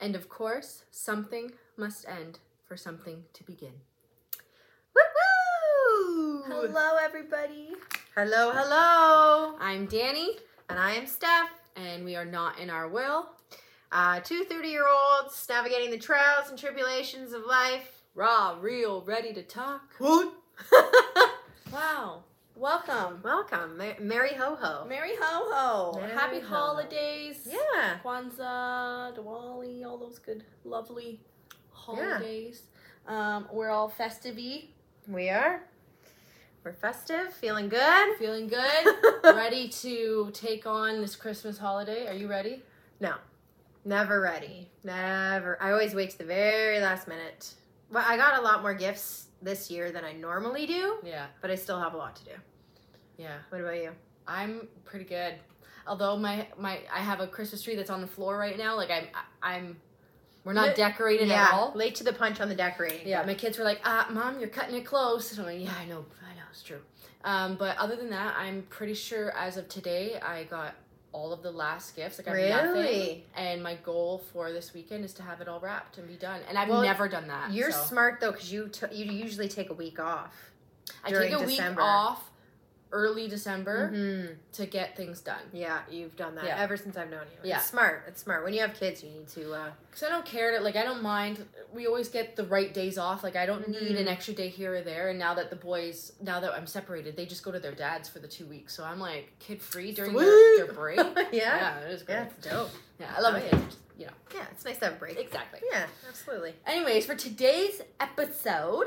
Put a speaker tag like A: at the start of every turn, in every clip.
A: And of course, something must end for something to begin.
B: Woo woo!
A: Hello, everybody.
B: Hello, hello.
A: I'm Danny,
B: And I am Steph,
A: and we are not in our will.
B: uh, two 30 year olds navigating the trials and tribulations of life.
A: Raw, real, ready to talk.
B: Woot!
A: Wow. Welcome.
B: Welcome, Mer- Merry Ho Ho.
A: Merry ho ho.
B: Merry
A: Happy
B: ho ho.
A: holidays.
B: Yeah.
A: Kwanzaa, Diwali, all those good, lovely holidays. Um, we're all festive
B: We are. We're festive, feeling good.
A: feeling good, ready to take on this Christmas holiday. Are you ready?
B: Never ready. Never. I always wait to the very last minute. But I got a lot more gifts this year than I normally do,
A: Yeah,
B: but I still have a lot to do.
A: yeah.
B: What about you?
A: I'm pretty good. Although my my I have a Christmas tree that's on the floor right now. Like I'm I'm we're not
B: Li-
A: decorated
B: yeah,
A: at all.
B: late to the punch on the decorating.
A: Yeah, my kids were like, "Ah, mom, you're cutting it close." And I'm like, "Yeah, I know, I know, it's true." Um, but other than that, I'm pretty sure as of today, I got all of the last gifts. Like I have nothing.
B: Really?
A: And my goal for this weekend is to have it all wrapped and be done. And I've
B: Well,
A: never done that.
B: You're
A: so.
B: smart though, because you t- you usually take a week off.
A: I take
B: during
A: a week
B: December.
A: off early December
B: Mhm.
A: to get things done.
B: Yeah, you've done that
A: Yeah.
B: ever since I've known you.
A: Yeah.
B: It's smart. It's smart. When you have kids, you need to. Uh,
A: Cause I don't care to like I don't mind. We always get the right days off. Like I don't need
B: Mhm.
A: an extra day here or there. And now that the boys, now that I'm separated, they just go to their dad's for the two weeks. So I'm like kid free during their, their
B: Sweet.
A: break.
B: yeah. yeah,
A: yeah, it is great.
B: it's dope.
A: Yeah, I love
B: Oh,
A: my
B: yeah.
A: kids. You know
B: Yeah, it's nice to have a break.
A: exactly.
B: Yeah, absolutely.
A: Anyways, for today's episode,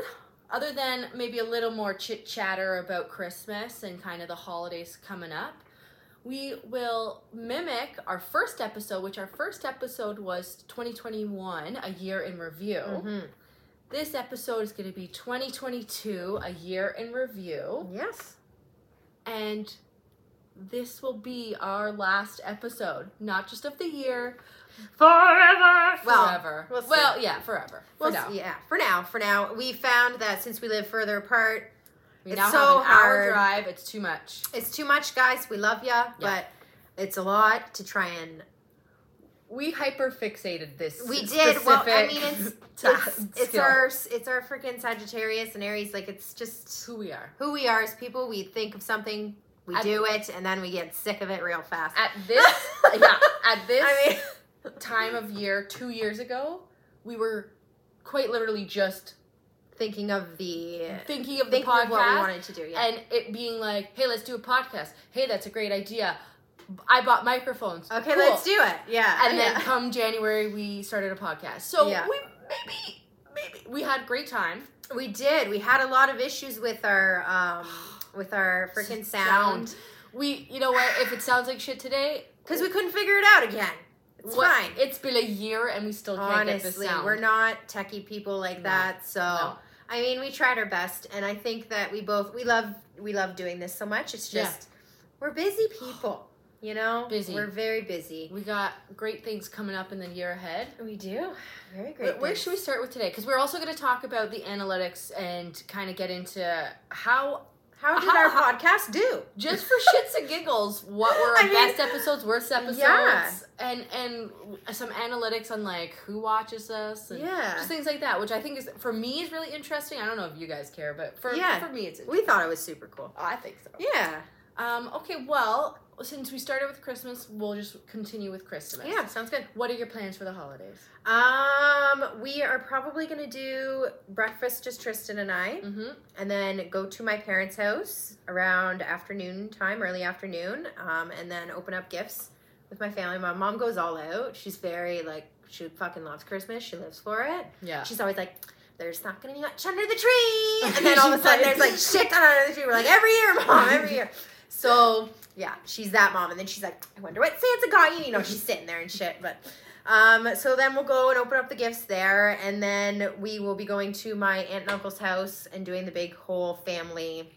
A: other than maybe a little more chit chatter about Christmas and kind of the holidays coming up, we will mimic our first episode, which our first episode was 2021, a year in review.
B: Mhm.
A: This episode is going to be 2022, a year in review,
B: Yes.
A: and this will be our last episode, not just of the year,
B: Forever. Well,
A: forever.
B: we'll see.
A: yeah, forever.
B: well,
A: for now.
B: yeah. For now, for now, we found that since we live further apart,
A: We
B: It's
A: now
B: so
A: have an hour
B: hard.
A: drive. It's too much.
B: it's too much, guys. We love ya, but it's a lot to try and.
A: We hyper fixated this.
B: We did. Well, I mean, it's it's,
A: specific
B: it's
A: skill.
B: our it's our freaking Sagittarius and Aries. Like it's just
A: who we are.
B: who we are as people. We think of something, we
A: At-
B: do it, and then we get sick of it real fast.
A: At this, yeah, at this
B: I mean,
A: time of year, two years ago, we were quite literally just
B: thinking of the
A: thinking of the
B: thinking
A: podcast
B: of what we wanted to do. Yeah,
A: and it being like, "Hey, let's do a podcast. Hey, that's a great idea. I bought microphones.
B: okay,
A: Cool.
B: let's do it. Yeah, Oh,
A: And then
B: yeah.
A: come January, we started a podcast. So
B: Yeah.
A: we maybe maybe we had great time.
B: we did. We had a lot of issues with our um with our freaking sound
A: We, you know what? If it sounds like shit today,
B: because we couldn't figure it out again. It's
A: What-
B: fine.
A: It's been a year and we still can't get this
B: Honestly,
A: sound.
B: we're not techie people like
A: No.
B: that, so.
A: No.
B: I mean, we tried our best, and I think that we both we love we love doing this so much. It's
A: Yeah.
B: just we're busy people, you know.
A: Busy.
B: We're very busy.
A: We got great things coming up in the year ahead.
B: We do very
A: Where-
B: great.
A: Where should we start with today? Because we're also going to talk about the analytics and kind of get into how,
B: How did
A: How-
B: our
A: how-
B: podcast do?
A: just for shits and giggles, what were our
B: I mean-
A: best episodes, worst episodes,
B: Yeah.
A: and and some analytics on like who watches us and
B: Yeah,
A: just things like that, which I think is for me is really interesting. I don't know if you guys care, but for
B: Yeah.
A: for me it's
B: we thought it was super cool.
A: I think so.
B: Yeah,
A: Um, okay, well, since we started with Christmas, we'll just continue with Christmas.
B: yeah, sounds good.
A: What are your plans for the holidays?
B: Um, we are probably gonna do breakfast just Tristan and I,
A: Mm-hmm.
B: and then go to my parents' house around afternoon time, early afternoon, um, and then open up gifts with my family. My mom goes all out. She's very like she fucking loves Christmas. She lives for it.
A: Yeah.
B: She's always like, "There's not gonna be much under the tree," and then all of a sudden there's like shit done under the tree. We're like, "Every year, mom, every year." So yeah, she's that mom, and then she's like, "I wonder what Santa got you." You know, she's sitting there and shit, but. Um, so then we'll go and open up the gifts there, and then we will be going to my aunt and uncle's house and doing the big whole family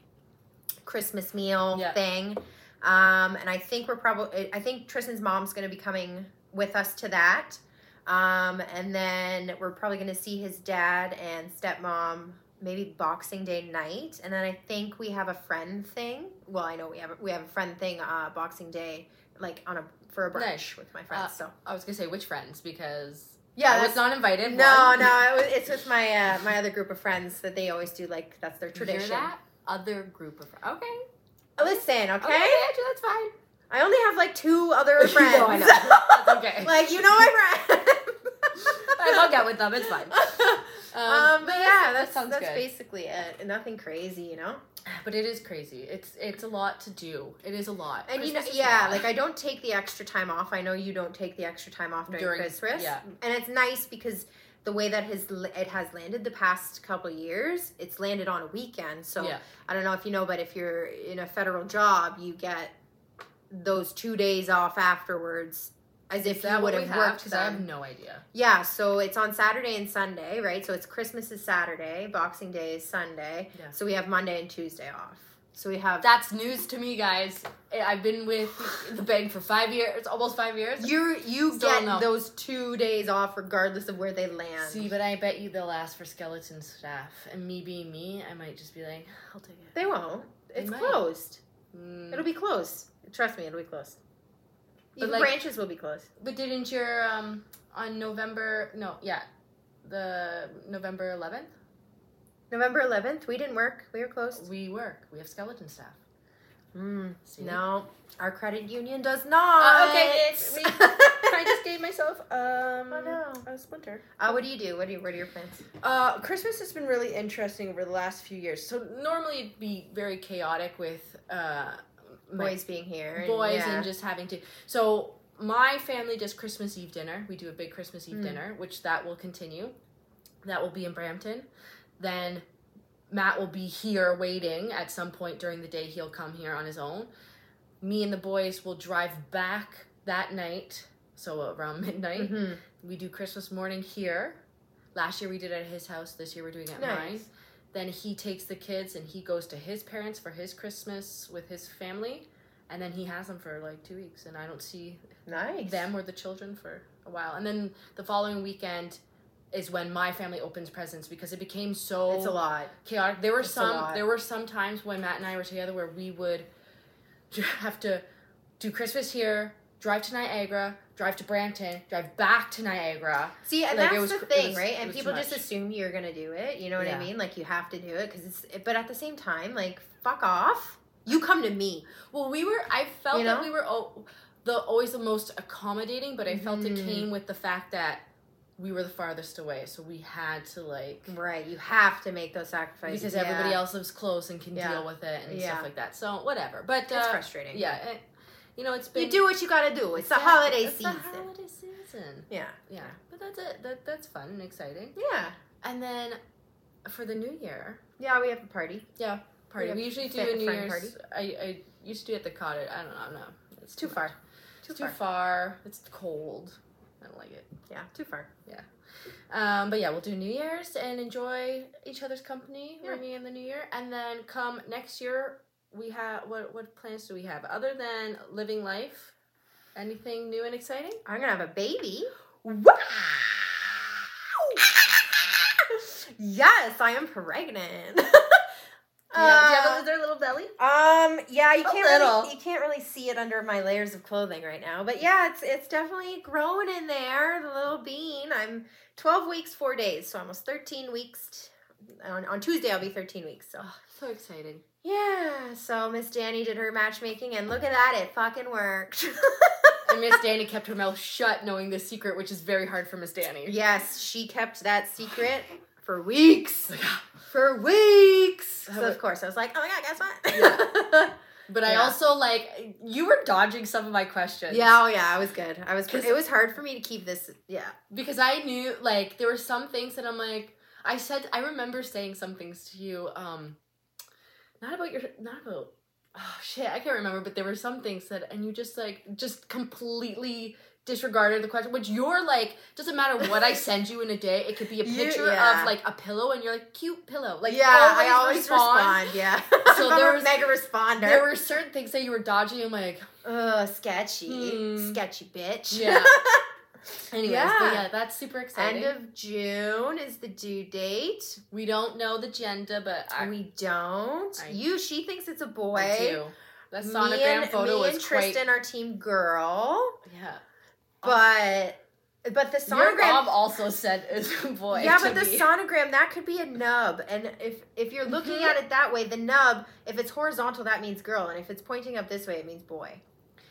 B: Christmas meal
A: Yeah.
B: thing. Um, and I think we're probably, I think Tristan's mom's going to be coming with us to that. Um, and then we're probably going to see his dad and stepmom maybe Boxing Day night, and then I think we have a friend thing. Well, I know we have we have a friend thing uh, Boxing Day, like on a for a brunch
A: Nice.
B: with my friends.
A: I was gonna say which friends because
B: Yeah,
A: I
B: that's
A: was not invited.
B: No,
A: one.
B: no, it was, it's with my uh, my other group of friends that they always do like that's their
A: You hear
B: tradition.
A: that? Other group of friends. Okay.
B: Listen, okay?
A: Okay, Andrew, that's fine.
B: I only have like two other friends.
A: no, I know. That's okay.
B: like you know my friends.
A: I hung out with them. It's fine. Um,
B: um, but yeah, that's
A: sounds
B: that's
A: good.
B: basically it. Nothing crazy, you know.
A: But it is crazy. It's it's a lot to do. It is a lot.
B: And you know,
A: Christmas is a
B: yeah,
A: lot.
B: like I don't take the extra time off. I know you don't take the extra time off during,
A: During-
B: Christmas.
A: yeah.
B: And it's nice because the way that his it has landed the past couple of years, it's landed on a weekend. So
A: Yeah.
B: I don't know if you know, but if you're in a federal job, you get those two days off afterwards, as if
A: Is
B: you
A: that
B: would
A: what
B: have
A: we have?
B: worked
A: Because I have
B: them.
A: no idea.
B: Yeah. So it's on Saturday and Sunday, right? So it's Christmas is Saturday, Boxing Day is Sunday.
A: Yeah.
B: So we have Monday and Tuesday off. So we have
A: That's news to me, guys. I've been with the bank for five years, almost five years.
B: You you
A: Still
B: get
A: no.
B: those two days off regardless of where they land.
A: See, but I bet you they'll ask for skeleton staff, and me being me, I might just be like, I'll take it.
B: they won't.
A: They
B: It's
A: might.
B: closed.
A: Mm.
B: It'll be closed. Trust me, it'll be closed.
A: But
B: Even
A: like-
B: branches will be closed.
A: But didn't your um on November? No, yeah, the November 11th,
B: November 11th, we didn't work. We were closed.
A: we work. We have skeleton staff.
B: Mm,
A: Oh. See?
B: no, our credit union does
A: Uh,
B: not.
A: okay, it's- we- I just gave myself um
B: Oh, no.
A: a splinter.
B: uh, what do you do? What do you, what are your plans?
A: Uh, Christmas has been really interesting over the last few years. So normally it'd be very chaotic with uh, my
B: Boys being here. and-
A: boys
B: yeah.
A: and just having to. So my family does Christmas Eve dinner. We do a big Christmas Eve
B: Mm.
A: dinner, which that will continue. That will be in Brampton. Then Matt will be here waiting at some point during the day. He'll come here on his own. Me and the boys will drive back that night, so around midnight.
B: Mhm.
A: We do Christmas morning here. Last year we did it at his house. This year we're doing it at mine.
B: Nice.
A: Then he takes the kids and he goes to his parents for his Christmas with his family, and then he has them for like two weeks. And I don't see
B: Nice.
A: them or the children for a while. And then the following weekend is when my family opens presents because it became so
B: It's a lot.
A: chaotic. There were
B: It's a lot.
A: some there were some times when Matt and I were together where we would have to do Christmas here, drive to Niagara, drive to Brampton, drive back to Niagara.
B: See, and
A: Like,
B: that's
A: it was
B: the
A: cr- it
B: thing,
A: was-
B: right?
A: it
B: And
A: was
B: people
A: too
B: just
A: much.
B: assume you're gonna do it. You know what I
A: Yeah.
B: mean? Like you have to do it because it's. But at the same time, like fuck off. You come to me.
A: Well, we were. I felt
B: You know?
A: that we were o- the always the most accommodating, but I felt it
B: Mhm.
A: came with the fact that we were the farthest away, so we had to like
B: Right. You have to make those sacrifices
A: because
B: Yeah.
A: everybody else lives close and can
B: Yeah.
A: deal with it and
B: Yeah.
A: stuff like that. So whatever, but
B: It's
A: uh,
B: frustrating.
A: yeah, it, you know, it's been
B: You do what you gotta do. It's the
A: Yeah,
B: holiday
A: it's the
B: season.
A: holiday season.
B: yeah.
A: Yeah, but that's it. That that's fun and exciting.
B: Yeah.
A: And then for the new year,
B: Yeah. We have a party.
A: party.
B: have
A: We usually do
B: fa-
A: a New
B: friend
A: Year's.
B: party?
A: I, I used to do it at the cottage. I don't know. I don't know. It's
B: Too
A: much.
B: far.
A: It's too far. It's cold. I don't like it.
B: Yeah. Too far.
A: Um, but yeah, we'll do New Year's and enjoy each other's company
B: Yeah.
A: when we in the New Year, and then come next year. We have what? What plans do we have other than living life? Anything new and exciting?
B: I'm gonna have a baby. yes, I am pregnant.
A: Do you have, do you
B: Uh,
A: have a, is there a little belly?
B: Um. Yeah, you
A: A
B: can't
A: little.
B: really you can't really see it under my layers of clothing right now, but yeah, it's it's definitely growing in there. The little bean. I'm twelve weeks, four days, so almost thirteen weeks. t- on on Tuesday, I'll be thirteen weeks. So
A: Oh, so exciting!
B: yeah. So Miss Danny did her matchmaking, and look at that, it fucking worked.
A: And Miss Danny kept her mouth shut, knowing the secret, which is very hard for Miss Danny.
B: yes, she kept that secret for weeks.
A: Like, "Ah."
B: For weeks.
A: That
B: So of
A: wa-
B: course, I was like, oh my god, guess what?
A: Yeah. But I
B: Yeah.
A: also like you were dodging some of my questions.
B: Yeah, oh yeah, I was good. I was.
A: 'Cause-
B: It was hard for me to keep this. Yeah,
A: because I knew like there were some things that I'm like I said I remember saying some things to you um not about your not about oh shit I can't remember but there were some things that and you just like just completely disregarded the question which you're like doesn't matter what I send you in a day it could be a
B: You-
A: picture
B: yeah.
A: of like a pillow and you're like cute pillow like
B: yeah, I always respond. Yeah,
A: So
B: I'm
A: there
B: a
A: was-
B: mega responder.
A: There were certain things that you were dodging I'm like
B: Ugh, uh, sketchy,
A: Hmm.
B: sketchy bitch.
A: Yeah. anyways
B: Yeah.
A: but yeah that's super exciting
B: End of June is the due date.
A: we don't know the gender but I,
B: we don't.
A: I-
B: you, she thinks it's a boy.
A: I do. That
B: Me
A: sonogram
B: and-
A: photo
B: me
A: was
B: and
A: quite.
B: Oh. Tristan are team girl,
A: Yeah.
B: but But the
A: Your
B: sonogram.
A: mom also said it's a boy.
B: yeah,
A: to
B: but the
A: me.
B: sonogram that could be a nub, and if if you're looking
A: Mhm.
B: at it that way, the nub, if it's horizontal, that means girl, and if it's pointing up this way, it means boy.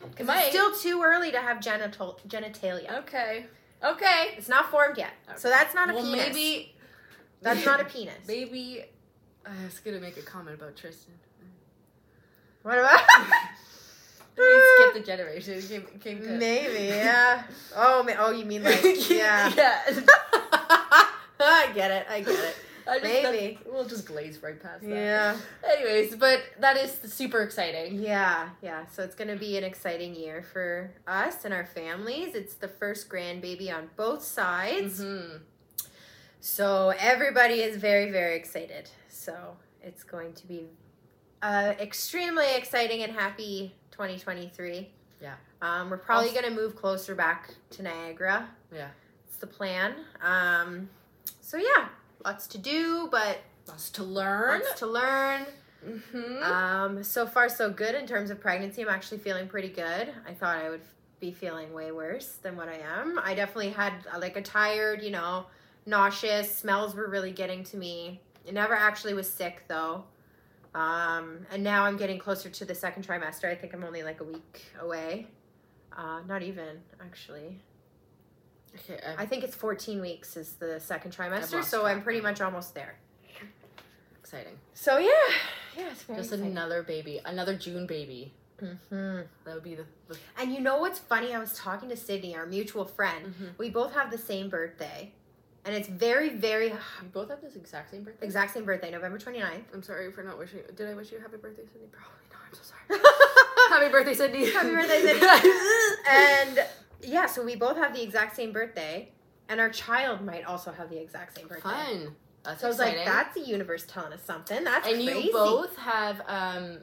B: Because
A: Mike-
B: it's still too early to have genital genitalia.
A: Okay. Okay.
B: It's not formed yet, so that's not a
A: well,
B: penis.
A: maybe
B: that's not a penis.
A: maybe uh, I was gonna make a comment about Tristan.
B: What about?
A: We skipped the generation. It came, came to-
B: Maybe, yeah. Oh, ma- oh, you mean like, yeah.
A: yeah.
B: I get it. I get it.
A: I just-
B: Maybe.
A: that- we'll just glaze right past that.
B: Yeah,
A: Anyways, but that is super exciting.
B: yeah, yeah. So it's gonna be an exciting year for us and our families. It's the first grandbaby on both sides,
A: Mhm.
B: so everybody is very, very excited. So it's going to be uh, extremely exciting and happy 2023.
A: Yeah.
B: Um, we're probably
A: Also-
B: gonna move closer back to Niagara.
A: Yeah.
B: It's the plan. Um, so yeah, lots to do, but
A: Lots to learn.
B: lots to learn.
A: Mm-hmm.
B: Um, so far so good in terms of pregnancy. I'm actually feeling pretty good. I thought I would be feeling way worse than what I am. I definitely had uh, like a tired, you know, nauseous. Smells were really getting to me. I never actually was sick though. Um, and now I'm getting closer to the second trimester. I think I'm only like a week away. Uh, not even actually.
A: okay,
B: I think it's 14 weeks is the second trimester,
A: lost
B: so
A: track
B: I'm pretty
A: now.
B: much almost there.
A: exciting.
B: So yeah, yeah, it's very
A: Just
B: exciting.
A: another baby, another June baby.
B: Mhm.
A: That would be the. the
B: And you know what's funny? I was talking to Sydney, our mutual friend.
A: Mm-hmm.
B: We both have the same birthday, and it's very, very
A: You both have this exact same birthday.
B: exact same birthday, November 29th.
A: I'm sorry for not wishing. Did I wish you a happy birthday, Sydney? Probably not. I'm so sorry. happy birthday, Sydney.
B: Happy birthday, Sydney. and yeah, so we both have the exact same birthday, and our child might also have the exact same birthday.
A: Fun. That's
B: So I was
A: exciting.
B: like, that's the universe telling us something. That's
A: and
B: crazy.
A: you both have um,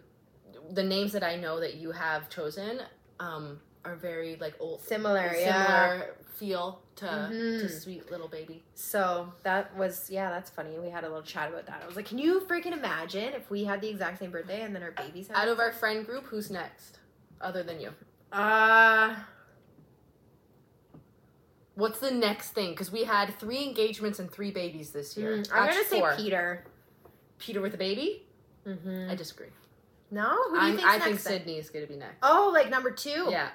A: the names that I know that you have chosen um, are very like old,
B: similar, yeah.
A: similar feel to
B: Mhm.
A: to sweet little baby.
B: So that was yeah, that's funny. We had a little chat about that. I was like, can you freaking imagine if we had the exact same birthday and then our babies had
A: Out of our friend group, who's next, other than you?
B: uh
A: What's the next thing? Because we had three engagements and three babies this year.
B: mm, I'm gonna
A: Actually, four.
B: say Peter.
A: Peter with a baby.
B: Mm-hmm.
A: I disagree.
B: No, who do you
A: I'm,
B: think's
A: I
B: next
A: think
B: then?
A: Sydney is gonna be next.
B: Oh, like number two?
A: Yeah,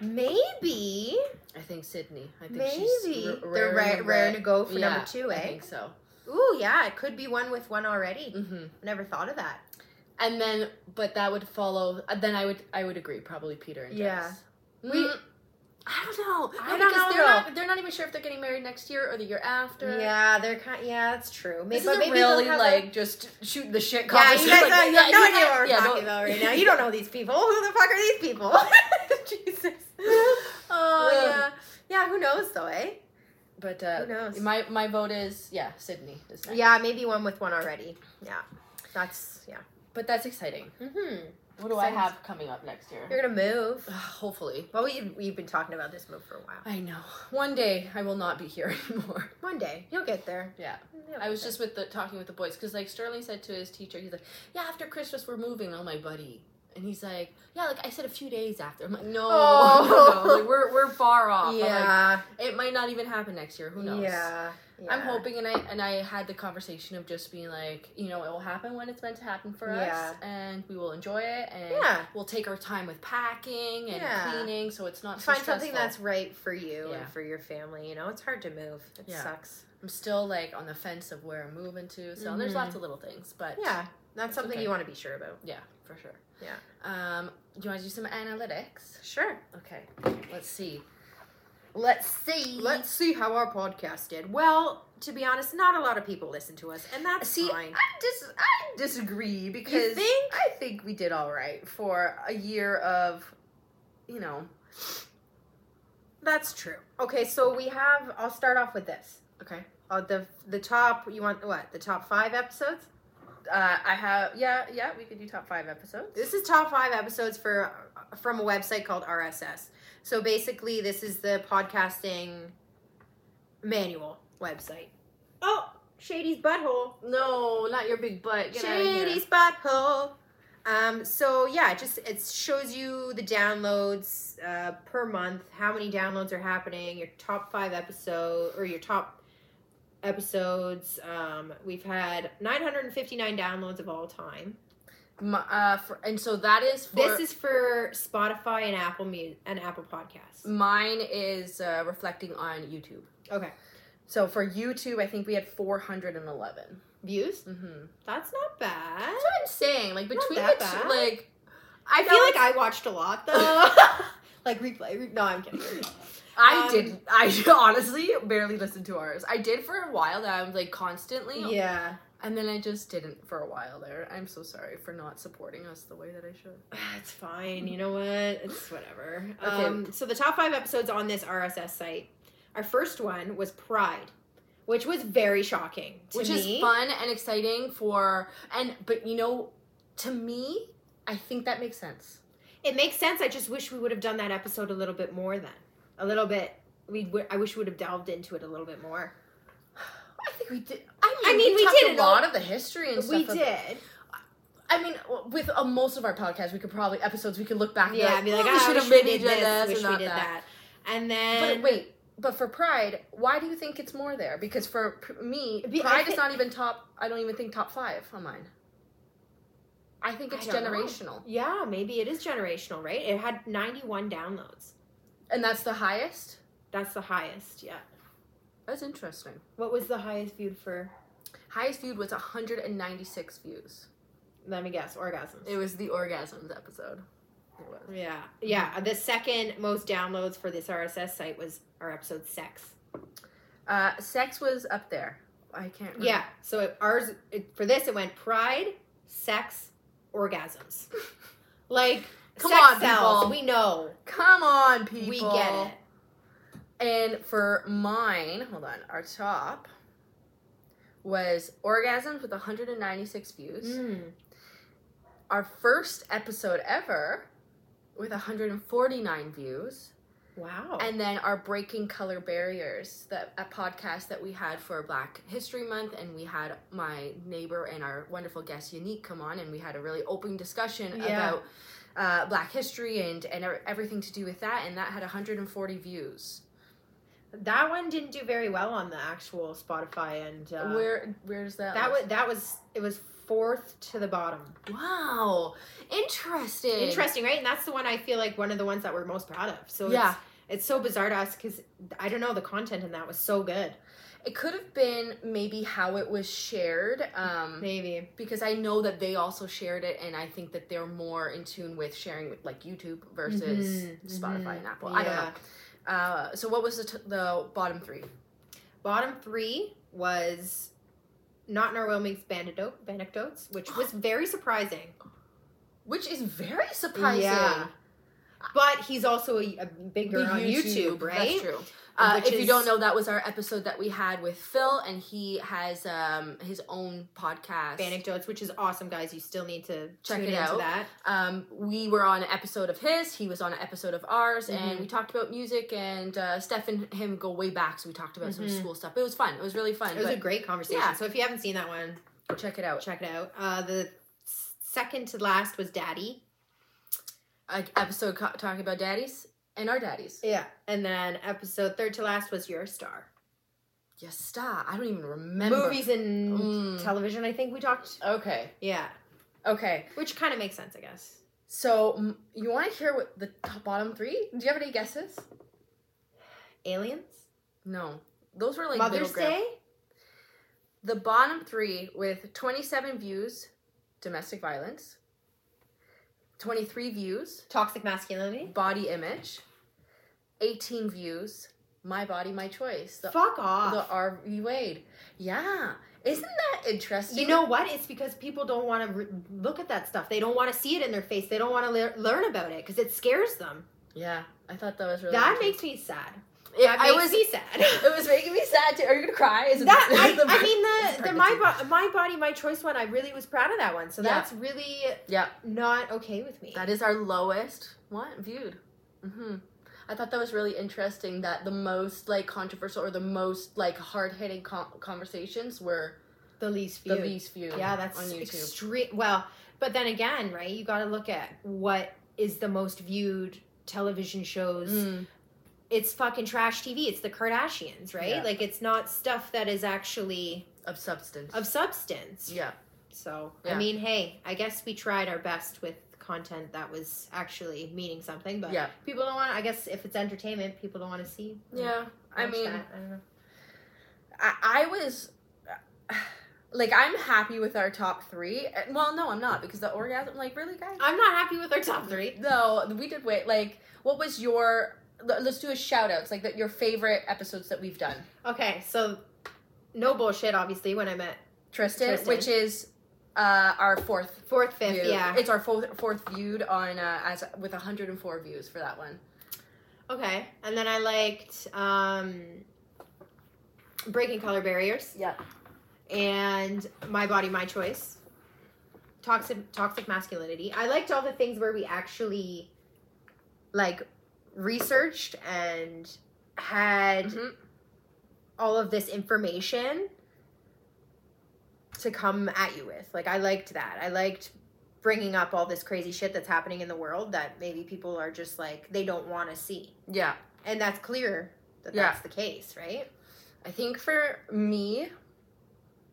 B: Maybe.
A: I think Sydney. I think she's
B: Maybe.
A: r-
B: They're
A: rare
B: rare,
A: and
B: rare to
A: rare.
B: go for
A: Yeah,
B: number two,
A: I
B: eh?
A: think so.
B: Ooh, yeah, it could be one with one already.
A: hmm
B: Never thought of that.
A: And then, but that would follow. uh, Then I would, I would agree. Probably Peter and
B: Yeah.
A: Jess.
B: We-
A: Mm, I don't know.
B: I
A: No,
B: don't
A: because
B: know,
A: They're
B: though.
A: not, they're not even sure if they're getting married next year or the year after.
B: Yeah, they're kind yeah, that's true. Maybe,
A: This
B: but
A: is
B: maybe
A: a really
B: they'll have
A: like just shoot the shit
B: Yeah, you
A: conversation.
B: guys
A: Like,
B: uh, you have no
A: you
B: idea what
A: guys-
B: we're
A: yeah,
B: talking
A: don't-
B: about right now. You don't know these people. Who the fuck are these people? Jesus.
A: Oh, yeah.
B: yeah. Yeah, who knows though, eh?
A: But
B: Who
A: uh,
B: knows?
A: my my vote is yeah, Sydney is next.
B: Yeah, maybe one with one already. Yeah. That's yeah.
A: But that's exciting.
B: Mm-hmm.
A: What do I
B: Exciting.
A: have coming up next year?
B: You're gonna move.
A: Ugh, Hopefully,
B: Well, we we've been talking about this move for a while.
A: I know. One day I will not be here anymore.
B: One day you'll get there.
A: Yeah.
B: You'll
A: I
B: get
A: was
B: there.
A: just with the talking with the boys because like Sterling said to his teacher, he's like, "Yeah, after Christmas we're moving." Oh my buddy, and he's like, "Yeah, like I said, a few days after." I'm like, "No,
B: Oh.
A: no, like we're we're far off. I'm like,
B: yeah.
A: it might not even happen next year. Who knows?"
B: yeah. Yeah.
A: I'm hoping, and I and I had the conversation of just being like, you know, it will happen when it's meant to happen for us,
B: Yeah.
A: and we will enjoy it, and
B: Yeah.
A: we'll take our time with packing and
B: Yeah.
A: cleaning, so it's not so
B: Find something
A: stressful.
B: that's right for you
A: Yeah.
B: and for your family. You know, it's hard to move. It
A: Yeah.
B: sucks.
A: I'm still like on the fence of where I'm moving to, so and there's
B: Mhm.
A: lots of little things, but
B: Yeah, that's
A: It's
B: something
A: okay.
B: you want to be sure about.
A: Yeah, for sure.
B: Yeah.
A: Um, do you want to do some analytics?
B: Sure.
A: Okay. Let's see. Let's see.
B: Let's see how our podcast did. Well, to be honest, not a lot of people listen to us, and that's
A: see.
B: fine.
A: I dis I disagree because
B: think?
A: I think we did all right for a year of, you know.
B: That's true. Okay, so we have. I'll start off with this.
A: Okay.
B: Uh, the the top. You want what? The top five episodes.
A: Uh, I have yeah yeah we could do top five episodes.
B: This is top five episodes for from a website called RSS. So basically, this is the podcasting manual website. Oh, Shady's butthole.
A: No, not your big butt. Get outta here.
B: Shady's butthole. Um, so yeah, it just it shows you the downloads uh, per month, how many downloads are happening, your top five episode or your top episodes. Um, we've had 959 downloads of all time.
A: M- Uh, for, and so that is for
B: this is for Spotify and Apple Mu- and Apple Podcasts.
A: mine is uh, reflecting on YouTube.
B: Okay,
A: So for YouTube, I think we had 411.
B: views.
A: Mm-hmm.
B: That's not bad.
A: That's what I'm saying. Like
B: Not
A: between the
B: that
A: two,
B: bad.
A: like
B: I
A: No,
B: feel like I watched a lot though. like replay. Re- no, I'm kidding.
A: I
B: Um,
A: did. I honestly barely listened to ours. I did for a while. That I was like constantly.
B: yeah.
A: And then I just didn't for a while there. I'm so sorry for not supporting us the way that I should.
B: It's fine. You know what? It's whatever.
A: Okay.
B: Um, so the top five episodes on this RSS site. Our first one was Pride, which was very shocking to
A: Which
B: me.
A: is fun and exciting for and but you know, to me, I think that makes sense.
B: It makes sense. I just wish we would have done that episode a little bit more. Then a little bit. We w- I wish we would have delved into it a little bit more.
A: I think we did. I mean,
B: I mean,
A: we,
B: we
A: talked
B: did
A: a
B: it
A: lot of the history and stuff.
B: We
A: of-
B: did.
A: I mean, with uh, most of our podcasts, we could probably episodes we could look back. And
B: Yeah. I'd be like,
A: "Oh,
B: ah,
A: we should have
B: wish
A: maybe
B: we did
A: done
B: this.
A: this
B: Wish
A: and
B: we
A: not
B: did
A: that.
B: that. And
A: But
B: then
A: wait, but for Pride, why do you think it's more there? Because for p- me,
B: Be- I
A: Pride
B: thi-
A: is not even top. I don't even think top five on mine. I think
B: I
A: it's
B: don't know.
A: generational,
B: Yeah, maybe it is generational, right? It had 91 downloads.
A: and that's the highest.
B: That's the highest. Yeah.
A: That's interesting.
B: What was the highest viewed for?
A: Highest viewed was 196 views.
B: Let me guess. Orgasms.
A: It was the orgasms episode. It was.
B: yeah, yeah. The second most downloads for this RSS site was our episode sex.
A: Uh, sex was up there. I can't. Remember.
B: Yeah. So it, ours it, for this it went pride, sex, orgasms. Like
A: Come
B: sex
A: on,
B: sells.
A: people.
B: We know.
A: Come on, people.
B: We get it.
A: And for mine, hold on, our top was orgasms with 196 views.
B: Mm.
A: our first episode ever with 149 views
B: Wow.
A: and then our breaking color barriers the a podcast that we had for black history month and we had my neighbor and our wonderful guest unique come on and we had a really open discussion
B: Yeah.
A: about uh, black history and and er- everything to do with that and that had 140 views
B: that one didn't do very well on the actual Spotify and uh,
A: where where's that
B: that was
A: list?
B: that was it was fourth to the bottom.
A: wow interesting
B: Interesting, right? And that's the one I feel like one of the ones that we're most proud of. So
A: yeah
B: yeah. It's so bizarre to us because I don't know the content in that was so good.
A: it could have been maybe how it was shared um
B: Maybe
A: because I know that they also shared it, and I think that they're more in tune with sharing with like YouTube versus
B: Mhm,
A: Spotify
B: mhm.
A: and Apple. I don't know.
B: Yeah.
A: Uh, so what was the, t- the bottom three?
B: Bottom three was not Norwell makes bandido- anecdotes, which was very surprising.
A: Which is very surprising.
B: Yeah. But he's also a, a bigger
A: The
B: on YouTube, right?
A: That's true. Uh,
B: Which
A: if you don't
B: is-
A: know, that was our episode that we had with Phil, and he has um, his own podcast.
B: Anecdotes, which is awesome, guys. You still need to
A: Check
B: tune
A: it
B: into
A: out.
B: that.
A: Um, we were on an episode of his, he was on an episode of ours, and
B: Mhm.
A: we talked about music. And uh, Steph and him go way back, so we talked about some
B: Mhm.
A: school stuff. It was fun. It was really fun.
B: It was a
A: but
B: great conversation.
A: Yeah.
B: So if you haven't seen that one,
A: check it out.
B: check it out. Uh, the s- second to last was Daddy.
A: a episode co- talking about daddies and our daddies.
B: Yeah. And then episode third to last was Your Star.
A: Yes, stop. I don't even remember.
B: Movies and
A: Mm.
B: television, I think we talked.
A: Okay.
B: Yeah.
A: Okay.
B: Which kind of makes sense, I guess.
A: So m- you want to hear what the top bottom three? Do you have any guesses?
B: Aliens?
A: No. Those were like middle
B: Mother's
A: ground.
B: Day?
A: The bottom three with 27 views, domestic violence. 23 views,
B: Toxic masculinity?
A: body image. 18 views, my body, my choice. The,
B: Fuck
A: the
B: off.
A: RV Wade. Yeah. Isn't that interesting?
B: you know what? It's because people don't want to re- look at that stuff. They don't want to see it in their face. They don't want to le- learn about it because it scares them.
A: Yeah. I thought that was really
B: That
A: interesting.
B: makes me sad.
A: Yeah,
B: That
A: I
B: makes
A: was.
B: me sad.
A: It was making me sad too. Are you gonna cry? Is it
B: that
A: the-
B: I,
A: the-
B: I mean the, the my
A: pregnancy?
B: bo- my body my choice one I really was proud of that one so
A: Yeah.
B: that's really
A: Yeah,
B: not okay with me
A: that is our lowest one viewed. hmm I thought that was really interesting that the most like controversial or the most like hard hitting com- conversations were
B: the least
A: the
B: viewed
A: least viewed.
B: yeah that's
A: on YouTube.
B: extreme well But then again, right, you got to look at what is the most viewed television shows.
A: Mm.
B: It's fucking trash TV. It's the Kardashians, right?
A: Yeah.
B: Like it's not stuff that is actually
A: of substance.
B: of substance.
A: yeah.
B: So,
A: Yeah.
B: I mean, hey, I guess we tried our best with content that was actually meaning something, but
A: Yeah.
B: people don't want I guess if it's entertainment, people don't want to see.
A: Yeah. I
B: watch
A: mean,
B: that. I don't know.
A: I, I was like, I'm happy with our top three. Uh, Well, no, I'm not because the orgasm, like, really, guys?
B: I'm not happy with our top 3.
A: No, we did wait. Like, what was your? le- Let's do a shout outs. Like, that your favorite episodes that we've done.
B: Okay, so no bullshit obviously when I met
A: Tristan,
B: Tristan.
A: which is uh, our fourth.
B: fourth, fifth,
A: view.
B: yeah.
A: it's our fourth fourth viewed on uh, as with 104 views for that one.
B: Okay. And then I liked um Breaking Color Barriers
A: Yeah,
B: and My Body My Choice. Toxic toxic masculinity. I liked all the things where we actually like researched and had
A: Mhm.
B: all of this information to come at you with. Like I liked that. I liked bringing up all this crazy shit that's happening in the world that maybe people are just like they don't want to see.
A: yeah.
B: And that's clear that
A: Yeah.
B: that's the case, right?
A: I think for me,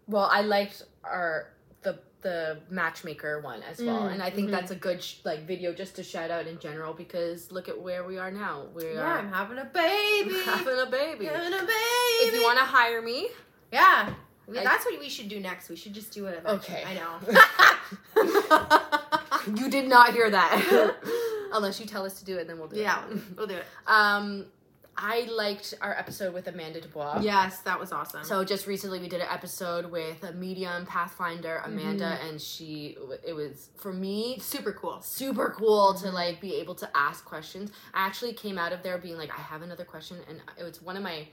A: well, I liked our the the matchmaker one as well,
B: Mm,
A: and I think
B: mhm.
A: that's a good sh- like video just to shout out in general because look at where we are now. We are
B: having a baby.
A: having a baby.
B: having a baby.
A: If you want to hire me,
B: yeah. We-
A: I-
B: that's what we should do next. We should just do it.
A: Okay.
B: I know.
A: you did not hear that. Unless you tell us to do it, then we'll do
B: yeah,
A: it.
B: we'll do it.
A: Um, I liked our episode with Amanda Dubois.
B: Yes, that was awesome.
A: So just recently we did an episode with a medium pathfinder Amanda and she it was for me
B: super cool.
A: super cool to like be able to ask questions. I actually came out of there being like I have another question and it was one of my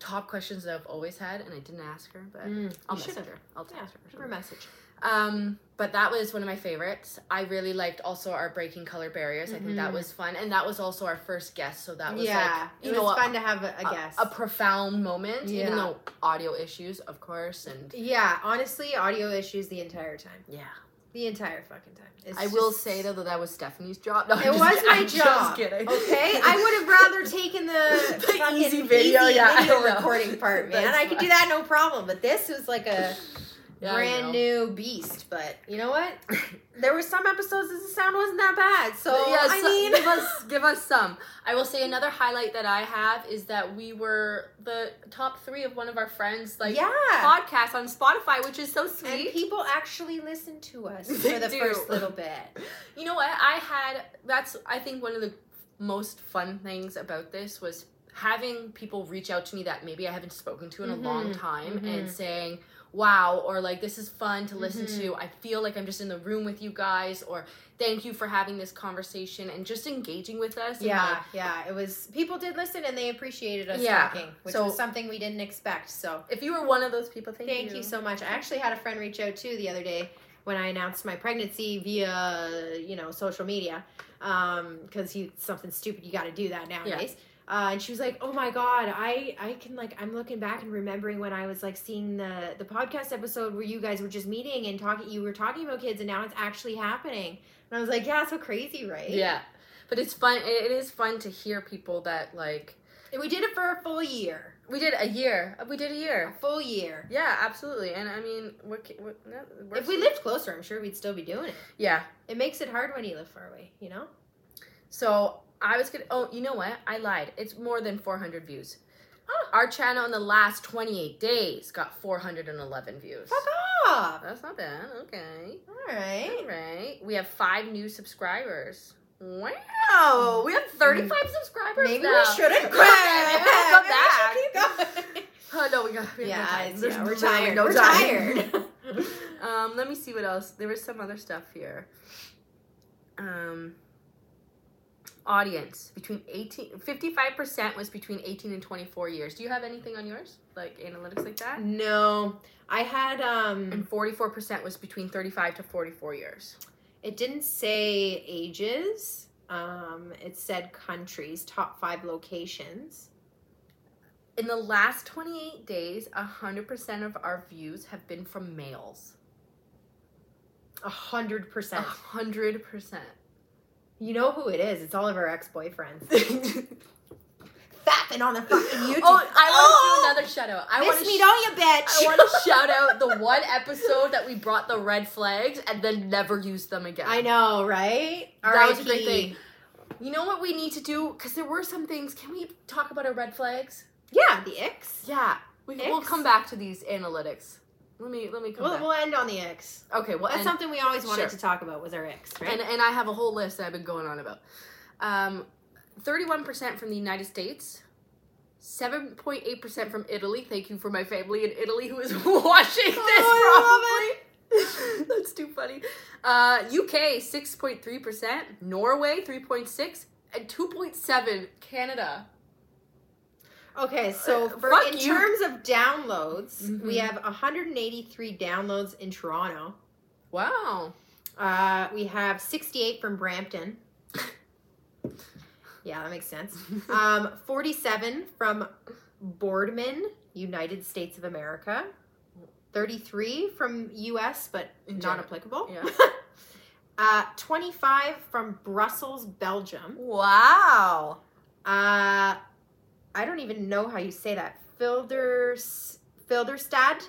A: top questions that I've always had and I didn't ask her but
B: Mm,
A: I'll
B: you
A: message
B: should've.
A: her. I'll text
B: Yeah,
A: her. or
B: Give her a
A: something.
B: message.
A: Um, but that was one of my favorites. I really liked also our breaking color barriers. I think that
B: Mhm.
A: was fun, and that was also our first guest, so that was
B: yeah,
A: like you
B: it
A: know
B: was
A: a,
B: fun to have a, a
A: a-
B: guest.
A: a profound moment, even
B: Yeah.
A: though audio issues, of course, and
B: yeah, honestly, audio issues the entire time,
A: yeah.
B: the entire fucking time. It's
A: I will
B: just-
A: say though that that was Stephanie's job. No, I'm
B: it
A: just-
B: was my
A: I'm just
B: job.
A: kidding.
B: Okay, I would have rather taken the,
A: The
B: fucking
A: easy video,
B: easy
A: yeah, I
B: video
A: know.
B: recording part, man.
A: That's
B: I could
A: fine.
B: do that no problem. But this was like a
A: Yeah, I
B: brand
A: know.
B: new beast. But you know what? There were some episodes that the sound wasn't that bad. So
A: yeah,
B: I
A: so-
B: mean,
A: give us give us some. I will say another highlight that I have is that we were the top three of one of our friends' like
B: yeah.
A: podcasts on Spotify, which is so sweet.
B: and people actually listened to us
A: They
B: for the
A: do.
B: first little bit.
A: You know what? I had that's I think one of the most fun things about this was having people reach out to me that maybe I haven't spoken to in a long
B: Mhm,
A: time
B: mhm.
A: and saying, "Wow," or like, "This is fun to listen
B: Mhm.
A: to. I feel like I'm just in the room with you guys," or "Thank you for having this conversation and just engaging with us." and,
B: Yeah,
A: like,
B: yeah. It was people did listen and they appreciated us
A: Yeah.
B: talking, which
A: So-
B: was something we didn't expect. So
A: if you were one of those people, thank,
B: Thank you so much. I actually had a friend reach out too the other day when I announced my pregnancy via you know social media because you something stupid you got to do that nowadays. Uh, and she was like, "Oh my god, I I can like I'm looking back and remembering when I was like seeing the the podcast episode where you guys were just meeting and talking. You were talking about kids, and now it's actually happening." And I was like, "Yeah, so crazy, right?
A: Yeah, but it's fun. It it is fun to hear people that like
B: And we did it for a full year,
A: we did a year. We did a
B: a
A: year.
B: full year.
A: Yeah, absolutely. And I mean, what, ca- what no, we're
B: If we lived closer, I'm sure we'd still be doing it.
A: yeah,
B: It makes it hard when you live far away, you know."
A: So I was gonna. Oh, you know what? I lied. It's more than 400 views. Our channel in the last 28 days got 411 views.
B: Fuck off.
A: That's not bad. Okay.
B: All right.
A: All right. We have five new subscribers. Wow.
B: Oh,
A: We have 35 subscribers
B: maybe
A: now.
B: we shouldn't quit.
A: Maybe we'll come back.
B: Maybe we should keep
A: Oh no, we got. We have no
B: going. yeah,
A: time.
B: it's,
A: There's
B: yeah, we're
A: literally
B: tired.
A: No
B: we're
A: time.
B: tired.
A: Um, let me see what else. There was some other stuff here. Um, audience between 18 55% was between 18 and 24 years. Do you have anything on yours? Like analytics
C: Mm-hmm.
A: like that?
B: no, I had um.
A: And 44% was between 35 to 44 years.
B: It didn't say ages. Um, it said countries, top five locations.
A: In the last 28 days, 100% of our views have been from males.
B: A hundred
A: A
B: percent.
A: hundred percent.
B: You know who it is? It's all of our ex-boyfriends.
C: Fapping on the fucking YouTube.
A: Oh, I want to
C: Oh!
A: do another shout out. I want
C: Miss
A: to
C: me, don't you, bitch?
A: I want to shout out the one episode that we brought the red flags and then never used them again.
B: I know, right?
A: That was a great
B: RIP.
A: thing. You know what we need to do? Because there were some things. Can we talk about our red flags?
B: Yeah, the X.
A: Yeah, we, we'll
B: Icks?
A: come back to these analytics. Let me let me come
B: We'll,
A: back.
B: we'll end on the X.
A: okay, well,
B: That's
A: and,
B: something we always wanted
A: Sure.
B: to talk about was our X, right?
A: and and I have a whole list that I've been going on about. Um, thirty-one percent from the United States. 7.8% from Italy. Thank you for my family in Italy who is watching this.
B: Oh,
A: probably. That's too funny. Uh, UK 6.3%, Norway 3.6, and 2.7 Canada.
B: okay, so
A: Uh,
B: for,
A: fuck
B: in
A: you.
B: terms of downloads, we
A: Mhm.
B: have 183 downloads in Toronto.
A: Wow.
B: Uh, we have 68 from Brampton. yeah, that makes sense. Um, 47 from Boardman, United States of America. 33 from US, but
A: In
B: not
A: general.
B: applicable.
A: Yeah.
B: uh, 25 from Brussels, Belgium.
C: wow.
B: Uh, I don't even know how you say that. Filders, Filderstadt,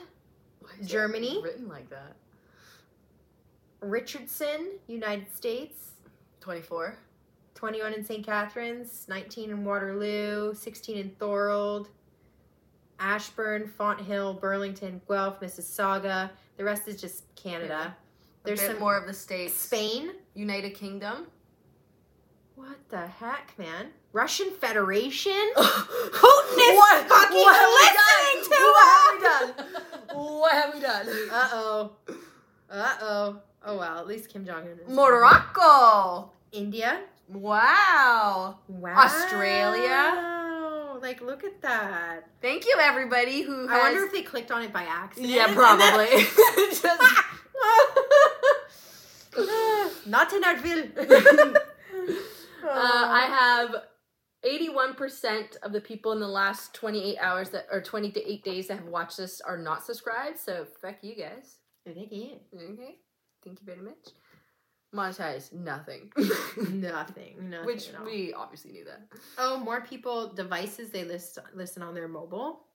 A: Why is it
B: Germany?
A: Written like that.
B: Richardson, United States.
A: 24.
B: 21 in St. Catharines, 19 in Waterloo, 16 in Thorold, Ashburn, Font Hill, Burlington, Guelph, Mississauga. The rest is just
A: A
B: Canada. There's
A: bit
B: some
A: more of the states.
B: Spain.
A: United Kingdom.
B: What the heck, man? Russian Federation?
A: Who
C: is fucking listening to
A: What have we done? What have we done?
B: Uh oh. Uh oh. Oh well, at least Kim Jong Un is.
A: Morocco.
B: India.
A: Wow.
B: Wow.
A: Australia?
B: Like, look at that.
A: Thank you, everybody who
B: I wonder
A: has.
B: if they clicked on it by accident.
A: yeah,
B: and then-
A: probably. Just-
B: Not in Oh. Advil.
A: uh, I have 81% of the people in the last 28 hours that or 28 days that have watched this are not subscribed. So fuck you guys. Okay. Thank you very much. Monetize nothing.
B: nothing, nothing.
A: Which
B: at all.
A: we obviously knew that.
B: oh, more people devices they list listen on their mobile.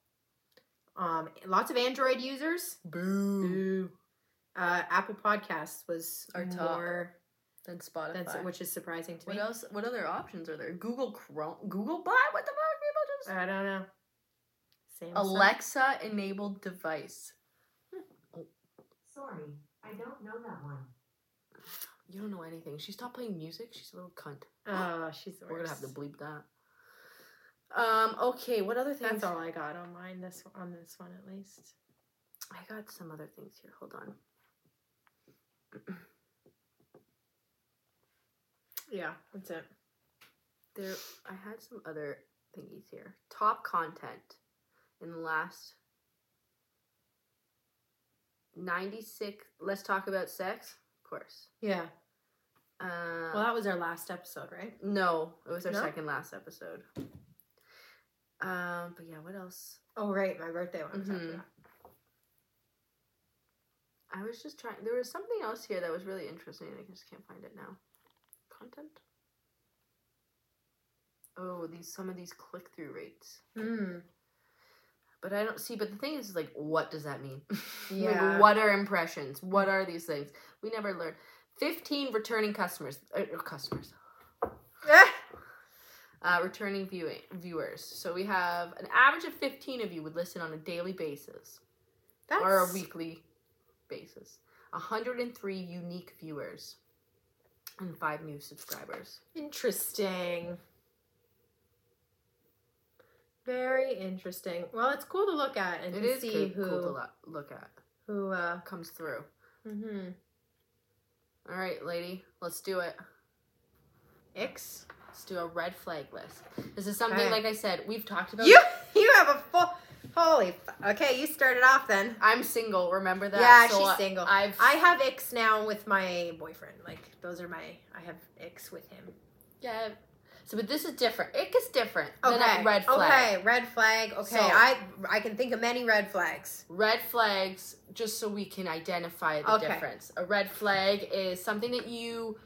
B: Um, lots of Android users.
A: Boo.
B: Uh, Apple Podcasts was
A: Our top.
B: more.
A: Then Spotify.
B: That's which is surprising to
A: what
B: me.
A: else? What other options are there? Google Chrome, Google Bot. What the fuck? People just
B: I don't know. Samsung.
A: Alexa enabled device.
D: Sorry, I don't know that one.
A: You don't know anything. She stopped playing music. She's a little cunt.
B: Oh, she's the
A: We're gonna have to
B: worst.
A: bleep that. Um. Okay. What other things?
B: That's all I got online this on this one at least.
A: I got some other things here. Hold on.
B: Yeah, that's it.
A: There. I had some other thingies here. Top content in the last ninety six. Let's talk about sex. Of course.
B: Yeah.
A: Uh,
B: Well, that was our last episode, right?
A: No, it was our
B: No?
A: second last episode. Um, but yeah, what else?
B: Oh, right, my birthday one. was after
A: Mhm.
B: that.
A: I was just trying. There was something else here that was really interesting. and I just can't find it now. Content. Oh, these some of these click through rates,
B: Mm.
A: but I don't see. But the thing is, is like, what does that mean?
B: Yeah.
A: like, what are impressions? What are these things? We never learn. Fifteen returning customers. Uh, customers. uh, returning viewing viewers. So we have an average of 15 of you would listen on a daily basis
B: That's
A: or a weekly basis. 103 unique viewers and five new subscribers.
B: interesting. Very interesting. Well, it's cool to look at and
A: It
B: to
A: is
B: see
A: cool,
B: who
A: cool to lo- look at.
B: who uh
A: Comes through.
B: mhm.
A: All right, lady, let's do it.
B: X.
A: Let's do a red flag list. This is something,
B: Okay.
A: like I said, we've talked about.
B: You you have a full holy. F- okay, you started off then.
A: I'm single. Remember that?
B: yeah,
A: So
B: she's
A: I-
B: single.
A: I've
B: I have X now with my boyfriend. Like those are my I have X with him.
A: yeah, So, but this is different. It gets different
B: Okay.
A: than a red flag.
B: Okay, red flag. Okay,
A: So-
B: I I can think of many red flags.
A: Red flags, just so we can identify the
B: Okay.
A: difference. A red flag is something that you,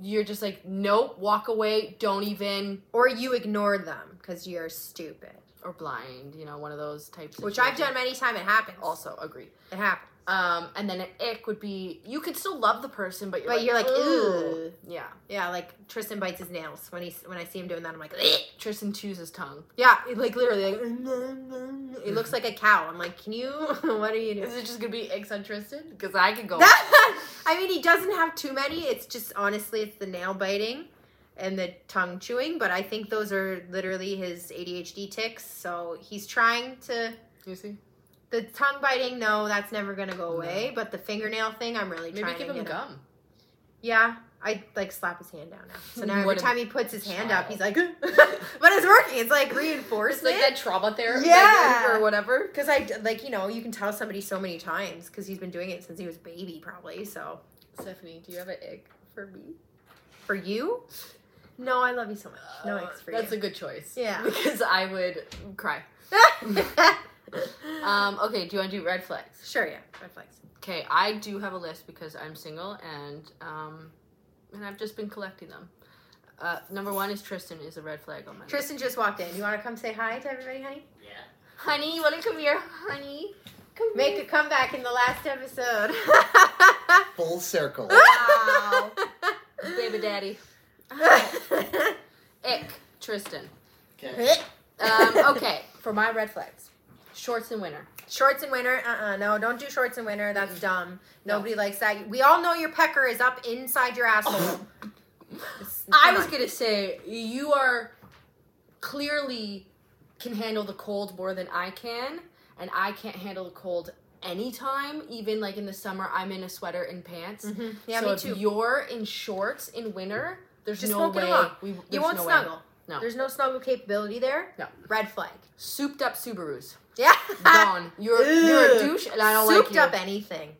A: you're just like, nope, walk away, don't even,
B: Or you ignore them because you're stupid.
A: or blind. You know, one of those types.
B: Which I've done
A: situations.
B: many times. It happens.
A: Also agree.
B: It happens.
A: Um, and then an ick would be you could still love the person, but you're
B: But
A: like,
B: you're like,
A: "Ooh." Yeah.
B: Yeah, like Tristan bites his nails when he when I see him doing that. I'm like,
A: Tristan chews his tongue.
B: yeah, it, like literally, like, it looks like a cow. I'm like, can you? What are you doing?
A: Is it just gonna be icks on Tristan? Because I could go.
B: I mean, he doesn't have too many. It's just honestly, it's the nail biting and the tongue chewing. But I think those are literally his ADHD ticks. So he's trying to.
A: you see?
B: The tongue biting, no, that's never gonna go away. But the fingernail thing, I'm really
A: Maybe
B: trying
A: give
B: to
A: him
B: get him.
A: gum.
B: Yeah, I like slap his hand down now. So now every
A: What a
B: time he puts his hand up,
A: child.
B: he's like, but it's working. It's like
A: It's like
B: reinforcement.
A: that trauma therapy
B: Yeah.
A: or whatever.
B: Because I like you know you can tell somebody so many times because he's been doing it since he was a baby probably. So
A: Stephanie, do you have an ick for me?
B: for you, no, I love you so much. No,
A: Uh,
B: it's for
A: That's
B: you.
A: a good choice.
B: Yeah.
A: Because I would cry. Um, okay, do you want to do red flags?
B: sure, yeah, red flags.
A: Okay, I do have a list because I'm single and um, and I've just been collecting them. Uh, number one is Tristan is a red flag on my list.
B: Tristan just walked in. You want to come say hi to everybody, honey?
A: Honey, you wanna come here, honey? Come
B: Make a comeback in the last episode.
E: Full circle.
A: Wow. baby daddy. Ick, Tristan.
E: Okay.
A: Um, okay, for my red flags, shorts in winter.
B: shorts in winter? Uh uh No, don't do shorts in winter. That's dumb. Nobody likes that. We all know your pecker is up inside your asshole.
A: I was gonna say you are clearly can handle the cold more than I can, and I can't handle the cold anytime. Even like in the summer, I'm in a sweater and pants.
B: Mhm. Yeah,
A: so
B: me
A: if
B: too.
A: you're in shorts in winter, there's
B: Just
A: no
B: won't get
A: way
B: along.
A: we
B: You
A: there's
B: won't
A: no way.
B: snuggle.
A: No.
B: There's no snuggle capability there.
A: No.
B: Red flag.
A: Souped up Subarus.
B: Yeah.
A: Gone. You're you're a
B: Ugh.
A: douche, and I don't
B: Souped
A: like you.
B: up anything.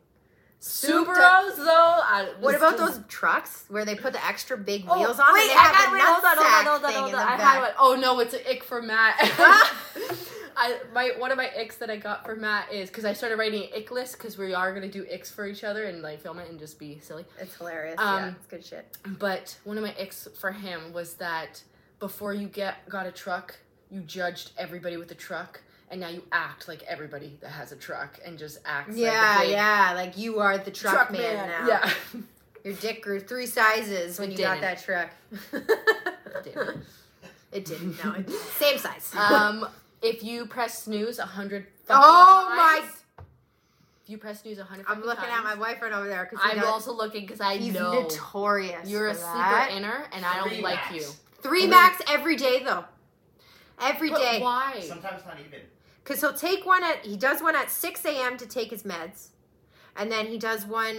B: Souped up-
A: Subarus though. I,
B: What about those trucks where they put the extra big
A: Oh,
B: wheels on?
A: Wait,
B: and they
A: I
B: have
A: had
B: the
A: wait, hold on,
B: nutsack
A: hold on,
B: thing
A: hold on, hold
B: in
A: on.
B: the
A: I had
B: back.
A: one. Oh no, it's an ick for Matt. I my one of my icks that I got for Matt is because I started writing an ick list because we are gonna do icks for each other and like film it and just be silly.
B: It's hilarious. yeah,
A: Um,
B: it's good shit.
A: But one of my icks for him was that before you get got a truck, you judged everybody with a truck, and now you act like everybody that has a truck and just acts.
B: Yeah,
A: like a big
B: yeah. Like you are the truck, man, now.
A: Yeah.
B: Your dick grew three sizes when
A: It
B: you got that
A: didn't.
B: truck.
A: didn't.
B: It didn't. No, it didn't. same size.
A: um, if you press snooze a hundred.
B: Oh my-
A: If you press snooze a hundred.
B: I'm looking at my boyfriend over there because
A: I'm also looking because I
B: he's
A: know
B: notorious.
A: you're a
B: for
A: sleeper
B: that.
A: inner, and I don't
E: Three
A: like
E: max.
A: you.
B: Three
E: Three.
B: max every day though. Every
A: But
B: day.
A: why?
E: Sometimes not even.
B: Because he'll take one at, he does one at 6 a.m. to take his meds. And then he does one,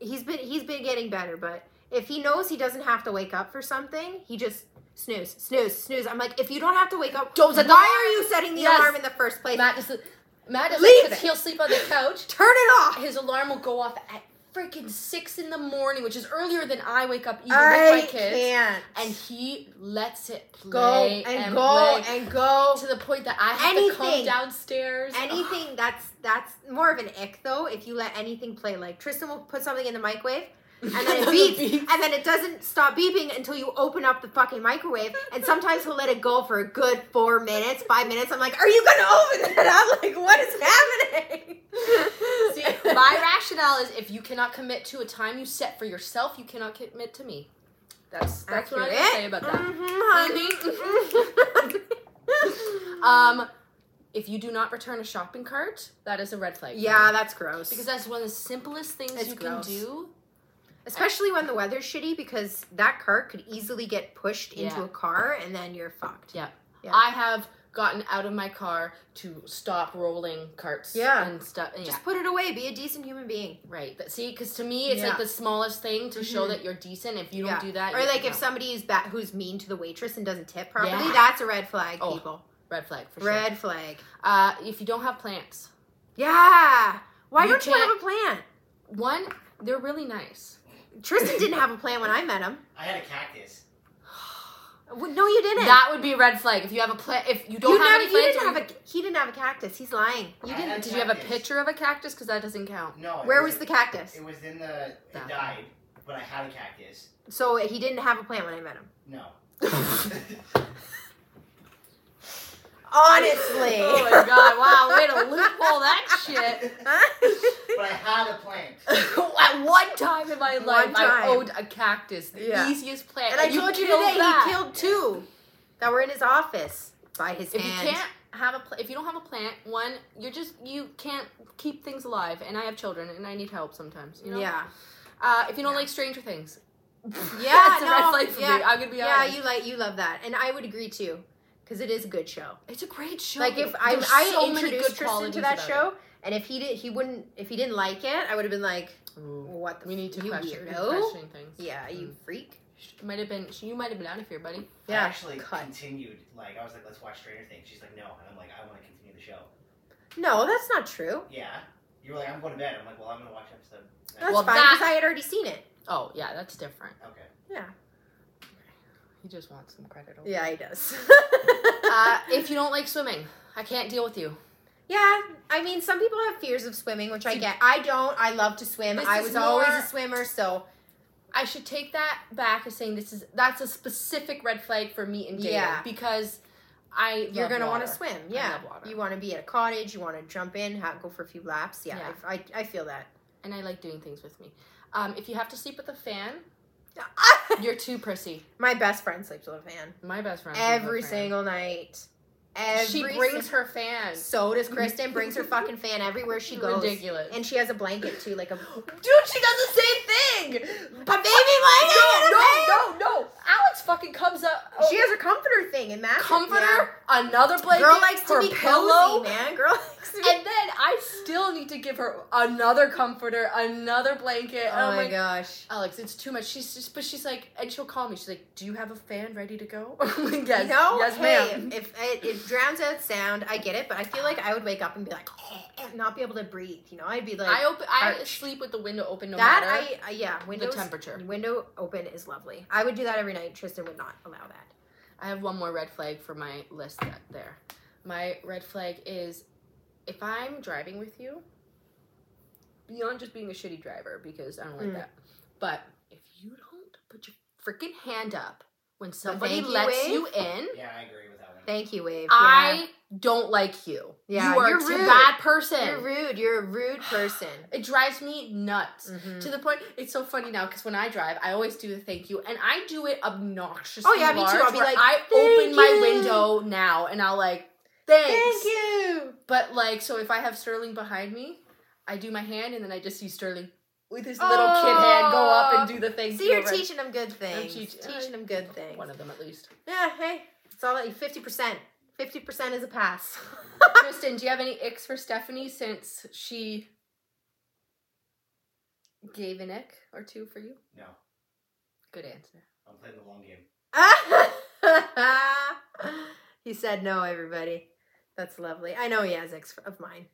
B: he's been, he's been getting better, but if he knows he doesn't have to wake up for something, he just snooze, snooze, snooze. I'm like, if you don't have to wake up,
A: Don't set the
B: why
A: alarm.
B: are you setting the
A: Yes.
B: alarm in the first place?
A: Matt is Matt is
B: Leave
A: because
B: it.
A: he'll sleep on the couch.
B: Turn it off.
A: His alarm will go off at freaking six in the morning, which is earlier than I wake up even with
B: I
A: my kids.
B: can't.
A: And he lets it play
B: go and, go
A: play
B: and go.
A: to the point that I have to come
B: Anything.
A: downstairs.
B: anything that's that's more of an ick though if you let anything play like tristan will put something in the microwave and then it beeps and then it doesn't stop beeping until you open up the fucking microwave and sometimes he'll let it go for a good four minutes five minutes i'm like are you gonna open it i'm like what is happening
A: See, my rationale is if you cannot commit to a time you set for yourself, you cannot commit to me. That's that's what I
B: Accurate.
A: say about that.
B: Mhm, honey. Mm-hmm.
A: Um, if you do not return a shopping cart, that is a red flag. for
B: yeah
A: me.
B: that's gross
A: because that's one of the simplest things
B: It's
A: you
B: gross.
A: can do.
B: especially when the weather's shitty because that cart could easily get pushed into
A: Yeah.
B: a car and then you're fucked Yeah.
A: I have gotten out of my car to stop rolling carts.
B: Yeah.
A: and stuff. Yeah,
B: Just put it away. Be a decent human being.
A: right. That, see, because to me, it's
B: Yeah.
A: like the smallest thing to show
B: Mhm.
A: that you're decent. If you
B: Yeah.
A: don't do that,
B: Or
A: you-
B: like
A: no.
B: if somebody is bad, who's mean to the waitress and doesn't tip properly,
A: Yeah.
B: that's a red flag,
A: Oh,
B: people.
A: red flag for sure.
B: Red flag.
A: Uh, if you don't have plants,
B: Yeah. Why
A: You
B: don't you have
A: can't-
B: a plan?
A: one, they're really nice.
B: Tristan didn't have a plan when I met him.
E: I had a cactus.
B: Well, no, you didn't.
A: That would be a red flag. If you have a pla- if you don't
B: you
A: have
B: never,
A: any
B: you
A: plants,
B: didn't
A: or
B: have a. He didn't have a cactus. He's lying.
A: you
E: I
A: didn't.
E: had
A: Did you have a
E: cactus.
A: picture of a cactus? Because that doesn't count.
E: No. it
B: Where
E: was
B: was the cactus?
E: It was in the. It
A: No.
E: died, but I had a cactus.
B: So he didn't have a plant when I met him.
E: No.
B: Honestly.
A: Oh my god! Wow, way to loophole that shit.
E: but I had a plant.
A: At one time in my
B: One
A: life, I
B: time.
A: owed a cactus, the
B: Yeah.
A: easiest plant,
B: and I told you
A: killed
B: today
A: that.
B: he killed two that were in his office by his
A: If you
B: hand.
A: can't have a pl- if you don't have a plant, one you're just you can't keep things alive. And I have children, and I need help sometimes. You know?
B: Yeah.
A: Uh, if you don't
B: Yeah.
A: like Stranger Things,
B: Yeah,
A: that's a red
B: no,
A: flag for
B: yeah.
A: me. I'm gonna be
B: Yeah,
A: honest.
B: you like you love that, and I would agree too, because it is a good show.
A: it's a great show.
B: Like if I,
A: There's
B: I
A: so many
B: introduced Tristan
A: qualities
B: to that
A: about
B: show, and if he did, he wouldn't. If he didn't like it, I would have been like,
A: it. Ooh.
B: "What the?
A: We need to
B: you
A: question, Mm. we're
B: weirdo?
A: questioning things.
B: Yeah, you freak."
A: Sh- Might have been you might have been out of here, buddy.
E: I
B: Yeah,
E: actually
B: cut.
E: continued. Like I was like, let's watch Stranger Things. She's like, no, and I'm like, I want to continue the show.
B: No, that's not true.
E: Yeah. You were like, I'm going to bed. I'm like, well, I'm gonna watch episode.
B: That's
E: Nine.
A: Well,
B: fine
A: that-
B: because I had already seen it.
A: Oh yeah, that's different.
E: okay.
A: He just wants some credit. Over.
B: Yeah, he does.
A: Uh, if you don't like swimming, I can't deal with you.
B: yeah, I mean, some people have fears of swimming, which I get. I don't. I love to swim.
A: This
B: I
A: is
B: was always
A: more-
B: a swimmer, so
A: I should take that back as saying this is that's a specific red flag for me and dating
B: Yeah.
A: because I
B: you're
A: love
B: gonna want to
A: water.
B: swim.
A: I
B: Yeah,
A: love water.
B: you want to be at a cottage. You want to jump in, ha go for a few laps. Yeah,
A: Yeah.
B: I, I, I feel that.
A: and I like doing things with me. Um, if you have to sleep with a fan, you're too prissy.
B: My best friend sleeps with a fan
A: My best friend sleeps with
B: every
A: a fan.
B: single night. Every
A: she brings
B: sin-
A: her fan.
B: So does Kristen. brings her fucking fan everywhere she goes.
A: Ridiculous.
B: And she has a blanket too, like a.
A: Dude, she does the same thing.
B: But baby, why
A: no,
B: not?
A: no, no. Alex fucking comes up. Oh,
B: She has her comforter thing and that
A: comforter, another
B: Yeah.
A: blanket,
B: Girl likes to
A: her
B: be
A: pillow.
B: cozy, man. Girl likes to be.
A: And then I still need to give her another comforter, another blanket. and
B: oh
A: I'm
B: my
A: like,
B: gosh.
A: Alex, it's too much. She's just, but she's like, and she'll call me. She's like, "Do you have a fan ready to go?" I'm like, yes,
B: you know,
A: yes,
B: hey,
A: ma'am.
B: if it, it drowns out sound, I get it, but I feel like I would wake up and be like, not be able to breathe. You know, I'd be like,
A: I open, I
B: arched.
A: sleep with the window open no
B: that
A: matter
B: I, I yeah,
A: the
B: windows
A: temperature.
B: window open is lovely. I would do that every night. Tristan would not allow that.
A: I have one more red flag for my list that there. My red flag is if I'm driving with you, beyond just being a shitty driver because I don't like
B: Mm.
A: that. But if you don't put your freaking hand up when somebody
B: thank you
A: lets
B: wave?
A: you in,
E: Yeah, I agree with that one.
B: Thank you, Wave.
A: I don't like you.
B: Yeah,
A: you are
B: you're
A: a
B: rude.
A: bad person.
B: Yeah. you're rude. You're a rude person.
A: It drives me nuts.
B: Mhm.
A: To the point, it's so funny now because when I drive, I always do the thank you, and I do it obnoxiously.
B: Oh, yeah, me too.
A: large,
B: I'll be
A: where
B: like,
A: I
B: "Thank
A: open my
B: you."
A: window now, and I'll like, thanks.
B: Thank you.
A: But like, so if I have Sterling behind me, I do my hand, and then I just see Sterling with his
B: Oh.
A: little kid hand go up and do the thank
B: See,
A: you.
B: you're
A: over-
B: teaching them good things.
A: teach-
B: teaching them good things.
A: one of them at least.
B: Yeah, hey, it's all that you. Fifty percent. Fifty percent is a pass.
A: Kristen, do you have any icks for Stephanie since she gave an ick or two for you?
E: No,
A: Good answer.
E: I'm playing the long game.
B: he said no. Everybody, that's lovely. I know he has ex of mine.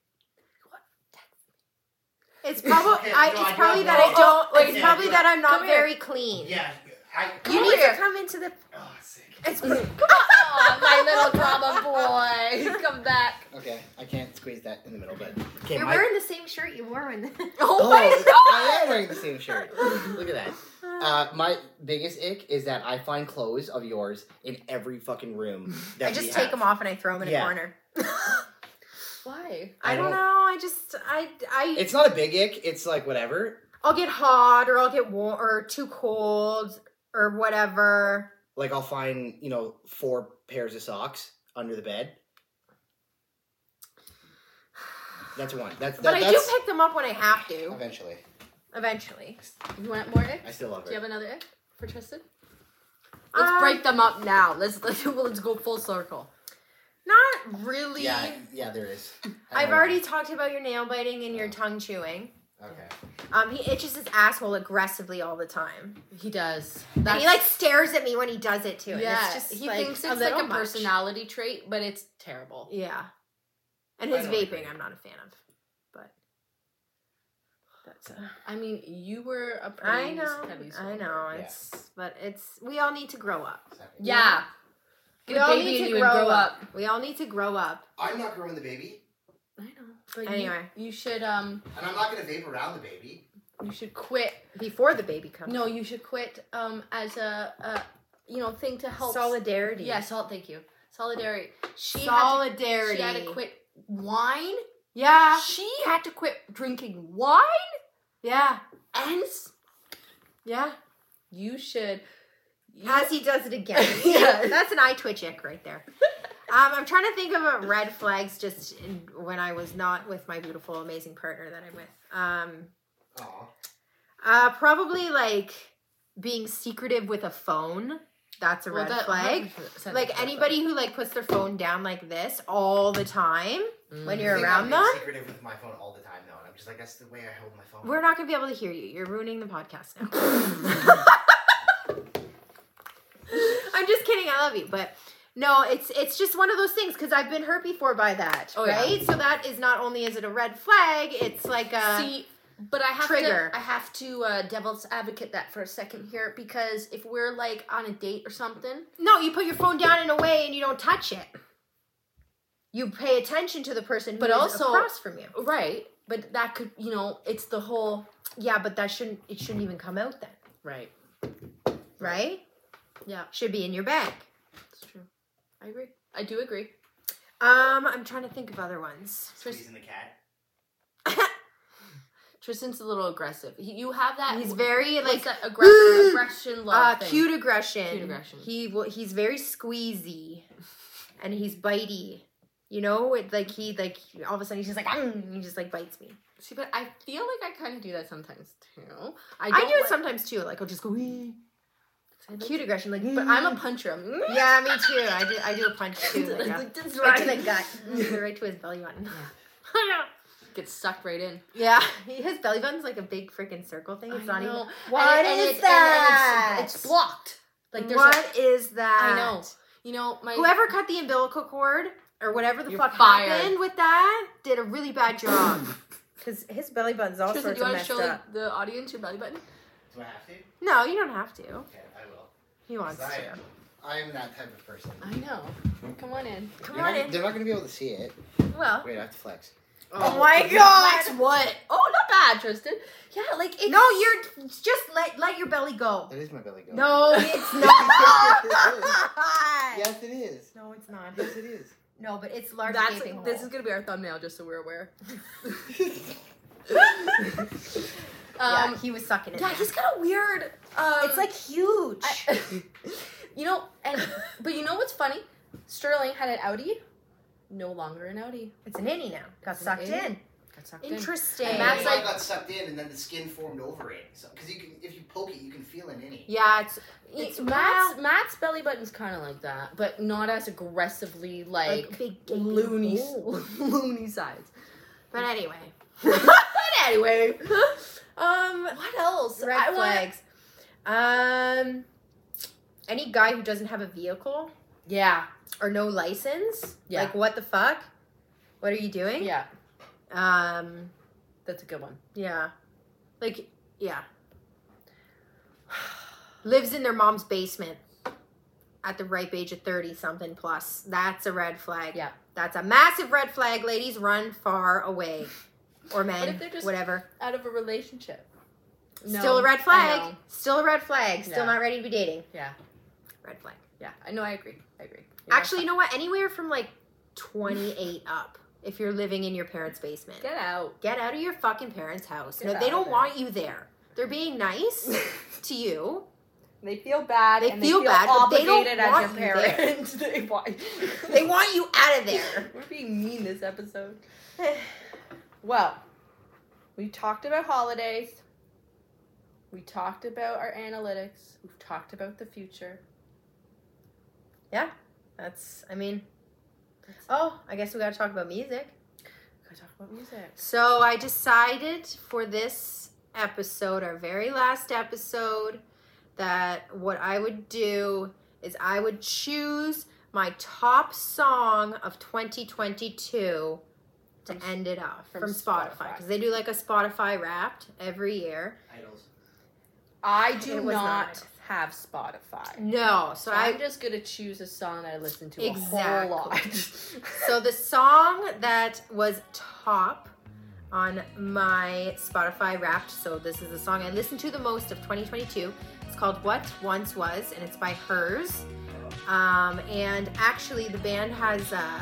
B: It's probably
E: Okay,
B: I,
E: no,
B: it's
E: I
B: probably
E: don't
B: that
E: know.
B: I don't.
A: Wait,
B: it's
E: yeah,
B: probably
E: yeah.
B: that I'm not
A: Come here.
B: very clean.
E: Yeah, I.
B: You
A: Come
B: need
A: here.
B: to come into the.
E: Oh, sick.
B: It's
A: Aw, my little drama boy, come back.
E: Okay, I can't squeeze that in the middle, but okay,
B: You're
E: my-
B: wearing the same shirt you wore when.
A: Oh,
E: Oh,
A: my
E: I am
A: god!
E: wearing the same shirt. Look at that. Uh, my biggest ick is that I find clothes of yours in every fucking room. That
B: I
E: we
B: just
E: have.
B: take them off and I throw them in
E: Yeah.
B: a corner.
A: Why?
B: I,
E: I
B: don't
E: don't-
B: know. I just I I
E: It's not a big ick. It's like whatever.
B: I'll get hot or I'll get warm or too cold or whatever.
E: Like I'll find you know four pairs of socks under the bed. That's one. That's that,
B: But I do
E: that's
B: pick them up when I have to.
E: eventually.
B: Eventually,
A: You want more ick?
E: I still love
A: Do you have
E: her.
A: another ick for Tristan? Let's
B: Um,
A: break them up now. Let's let's, let's go full circle.
B: Not really.
E: Yeah, yeah, there is. I
B: I've
E: know.
B: already talked about your nail biting and
A: Oh.
B: your tongue chewing.
E: Okay.
B: Um, he itches his asshole aggressively all the time.
A: He does.
B: And he like stares at me when he does it too. and
A: yeah.
B: it's just
A: he
B: like,
A: thinks
B: a
A: it's like
B: little
A: a
B: much.
A: personality trait, but it's terrible.
B: Yeah, and
E: I
B: his
E: don't
B: vaping,
E: agree.
B: I'm not a fan of. But
A: I mean, you were a pretty
B: I know.
A: heavy
B: I
A: smoker.
B: know.
E: Yeah.
B: It's but it's we all need to grow up.
F: Sorry.
A: Yeah. Get
B: We
A: a
B: all
A: baby
B: need
A: and
B: to
A: you would
B: grow,
A: grow
B: up. We all need to grow up.
F: I'm not growing the baby,
A: I know. But you-
B: Anyway.
A: you, should um
F: and I'm not gonna vape around the baby.
A: you should quit.
B: Before the baby comes.
A: No, you should quit um as a, a you know thing to help
B: solidarity.
A: Yeah, sol- thank you. Solidarity. She Had to,
G: Solidarity.
A: she had to quit wine.
G: Yeah.
A: She had to quit drinking wine
G: Yeah.
A: and s-
G: Yeah.
A: you should you-
B: As he does it again.
A: Yeah.
B: That's an eye twitch ick right there. Um, I'm trying to think of uh, red flags just in, when I was not with my beautiful, amazing partner that I'm with. Um,
F: Aw.
B: uh, probably like being secretive with a phone. That's a
A: Well,
B: red
A: that-
B: flag.
A: 100% red
B: Like
A: flag.
B: anybody who like puts their phone down like this all the time when
A: Mm.
F: I
B: you're
F: think
B: around
F: I'm
B: them,
F: being secretive with my phone all the time though, and I'm just like that's the way I hold my phone.
B: we're not gonna be able to hear you. You're ruining the podcast now. I'm just kidding. I love you, but no, it's it's just one of those things because I've been hurt before by that,
A: Oh, yeah.
B: right? So that is not only is it a red flag, it's like a
A: See, but I have
B: uh, trigger.
A: to I have to uh, devil's advocate that for a second here because if we're like on a date or something,
B: no. You put your phone down and away, and you don't touch it. You pay attention to the person, who
A: But
B: is
A: also-
B: across from you.
A: right? But that could you know it's the whole
B: Yeah, but that shouldn't it shouldn't even come out then,
A: right.
B: right?
A: Yeah.
B: should be in your bag.
A: It's true. I agree. I do agree.
B: Um, I'm trying to think of other ones.
F: squeezing the cat.
A: Tristan's a little aggressive. He, you have that.
B: He's very
A: what's
B: like
A: that aggression, aggression,
B: uh,
A: love thing.
B: cute aggression.
A: Cute aggression.
B: He will. He's very squeezy, and he's bitey. You know, it, like he like all of a sudden he's just like "Mm," and he just like bites me.
A: See, but I feel like I kind of do that sometimes too. I,
B: I,
A: don't
B: do it
A: like-
B: sometimes too. Like I'll just go "Wee."
A: I like-
B: cute aggression. Like,
A: But I'm a puncher. I'm-
B: yeah, me too. I do. I do a punch too. Like, yeah.
A: That's
B: Right to the
A: right.
B: gut, Mm, right to his belly button.
A: Gets sucked right in.
B: Yeah, his belly button's like a big freaking circle thing. It's not even.
A: What is
B: is that?
A: it's, it's blocked. Like there's
B: What
A: a-
B: is that?
A: I know. You know, my
B: Whoever cut the umbilical cord or whatever the
A: You're
B: fuck
A: fired.
B: happened with that did a really bad job. Because his belly button's all
A: Tristan, do
B: sorts
A: you want
B: of
A: to
B: messed
A: show
B: up.
A: the, the audience your belly button?
F: Do I have to?
B: No, you don't have to.
F: Okay, I will.
B: He wants
F: Zion.
B: to.
F: I am that type of person.
A: I know. Come on in.
B: Come
E: You're
B: on
E: not-
B: in.
E: They're not gonna be able to see it.
B: Well,
E: Wait, I have to flex.
B: Oh my God.
A: Flex what? Oh, not bad, Tristan. Yeah, like it's
B: no, you're just let let your belly go.
E: That is my belly go.
B: Oh. No, it's not.
E: Yes, it is.
B: No, it's not.
E: Yes, it is.
B: No, but it's large.
A: That's
B: gaping
A: this
B: hole.
A: is gonna be our thumbnail, just so we're aware.
B: yeah,
A: Um,
B: he was sucking it.
A: yeah,
B: down.
A: he's got a weird. Um,
B: it's like huge.
A: I- uh, you know, and but you know what's funny? Sterling had an Audi, no longer an Audi.
B: it's an innie now. Got
A: It's an
B: sucked
A: innie.
B: in.
A: Got sucked in.
B: Interesting.
A: And
F: That's
A: Matt's
F: like,
A: like-
F: got sucked in, and then the skin formed over it. So, because you can, if you poke it, you can feel an innie.
B: yeah, it's
A: It's
B: It's
A: Matt's Matt's belly button's kind of like that, but not as aggressively like,
B: like big gaping
A: loony
B: hole.
A: loony sides.
B: But anyway,
A: but anyway,
B: um,
A: what else?
B: red
A: I want-
B: flags. Um, any guy who doesn't have a vehicle
A: yeah,
B: or no license,
A: Yeah.
B: like what the fuck? What are you doing?
A: yeah,
B: Um,
A: that's a good one.
B: yeah, like yeah, lives in their mom's basement at the ripe age of thirty something plus. That's a red flag.
A: Yeah.
B: that's a massive red flag. Ladies, run far away, or men,
A: if they're just-
B: whatever.
A: Out of a relationship, No,
B: Still a red
A: I
B: flag.
A: know.
B: Still a red flag. Still
A: Yeah.
B: not ready to be dating.
A: Yeah.
B: Red flag.
A: Yeah, I know. I agree. I agree.
B: Actually, you know what? Anywhere from like 28 up, if you're living in your parents' basement,
A: get out.
B: get out of your fucking parents' house.
A: Get
B: No,
A: out
B: they
A: of
B: don't
A: there.
B: want you there. They're being nice to you.
A: They feel bad.
B: They
A: and
B: feel bad, but they don't
A: obligated
B: want you there.
A: they want.
B: They want you out of there.
A: We're being mean this episode. well, we talked about holidays. We talked about our analytics. We've talked about the future.
B: That's, I mean, oh, I guess we gotta talk about music.
A: We gotta talk about music.
B: So I decided for this episode, our very last episode, that what I would do is I would choose my top song of 2022 to
A: From s-
B: end it off
A: from
B: from, Spotify
A: Spotify.
B: because they do like a Spotify Wrapped every year.
E: Idols.
A: I
B: It
A: do
B: was
A: not,
B: not nice.
A: have Spotify.
B: No, so
A: So I'm
B: I
A: just gonna choose a song that I listen to a
B: Exactly.
A: whole lot.
B: so the song that was top on my Spotify Wrapped. So this is the song I listened to the most of 2022. It's called What Once Was, and it's by Hers. Um, and actually, the band has uh,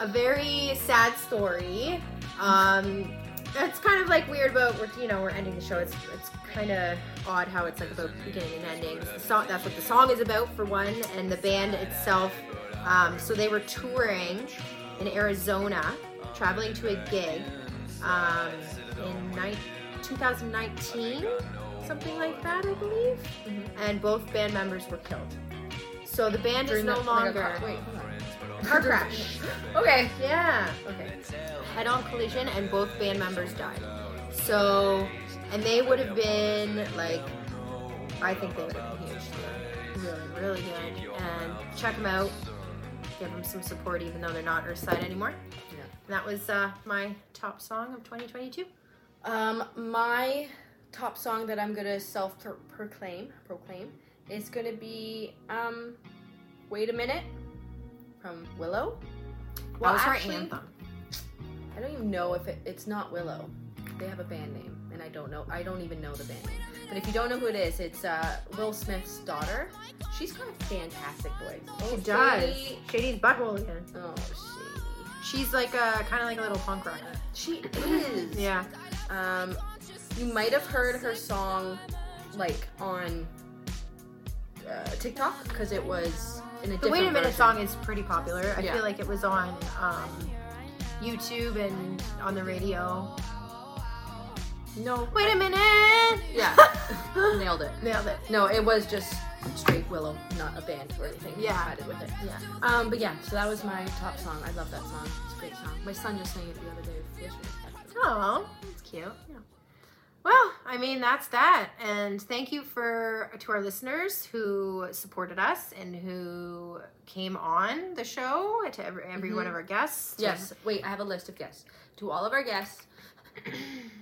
B: a very sad story. Um, it's kind of like weird, but we're you know we're ending the show. It's it's kind of odd how it's like about beginning and ending. The song, that's what the song is about for one, and the band itself. Um, so they were touring in Arizona, traveling to a gig um, in ni- 2019, something like that, I believe. And both band members were killed. So the band
A: During the-
B: is no
A: like a
B: longer
A: car- wait, hold on.
B: car crash.
A: Okay.
B: Yeah
A: Okay.
B: head-on collision and both band members died so and they would have been like i think they would have been huge really really good and check them out give them some support even though they're not earthside anymore
A: Yeah.
B: And that was uh, my top song of 2022
A: Um, my top song that I'm gonna self pro- proclaim proclaim is gonna be um, "Wait a Minute" from Willow.
B: that was our anthem
A: I don't even know if it, it's not Willow. They have a band name, and I don't know. I don't even know the band name. But if you don't know who it is, it's uh, Will Smith's daughter. She's got a fantastic voice. Oh,
B: she does
A: Sadie.
B: shady's butthole again
A: Oh,
B: she's like a kind of like a little punk rocker
A: shady. She is.
B: yeah
A: Um, you might have heard her song like on uh, TikTok because it was in a
B: The
A: different
B: Wait a Minute
A: version.
B: song is pretty popular. I
A: Yeah.
B: feel like it was on um, YouTube and on the radio.
A: No,
B: Wait a minute!
A: Yeah. nailed it.
B: Nailed it.
A: No, it was just straight Willow, not a band or anything.
B: Yeah.
A: Decided with it.
B: Yeah.
A: Um, but yeah, so that was my top song. I love that song. It's a great song. My son just sang it the other day. Yesterday.
B: Oh, that's cute. Yeah. Well, I mean, that's that. And thank you for to our listeners who supported us and who came on the show to every, every one of our guests. to
A: Mm-hmm. Yes. Wait, I have a list of guests. To all of our guests,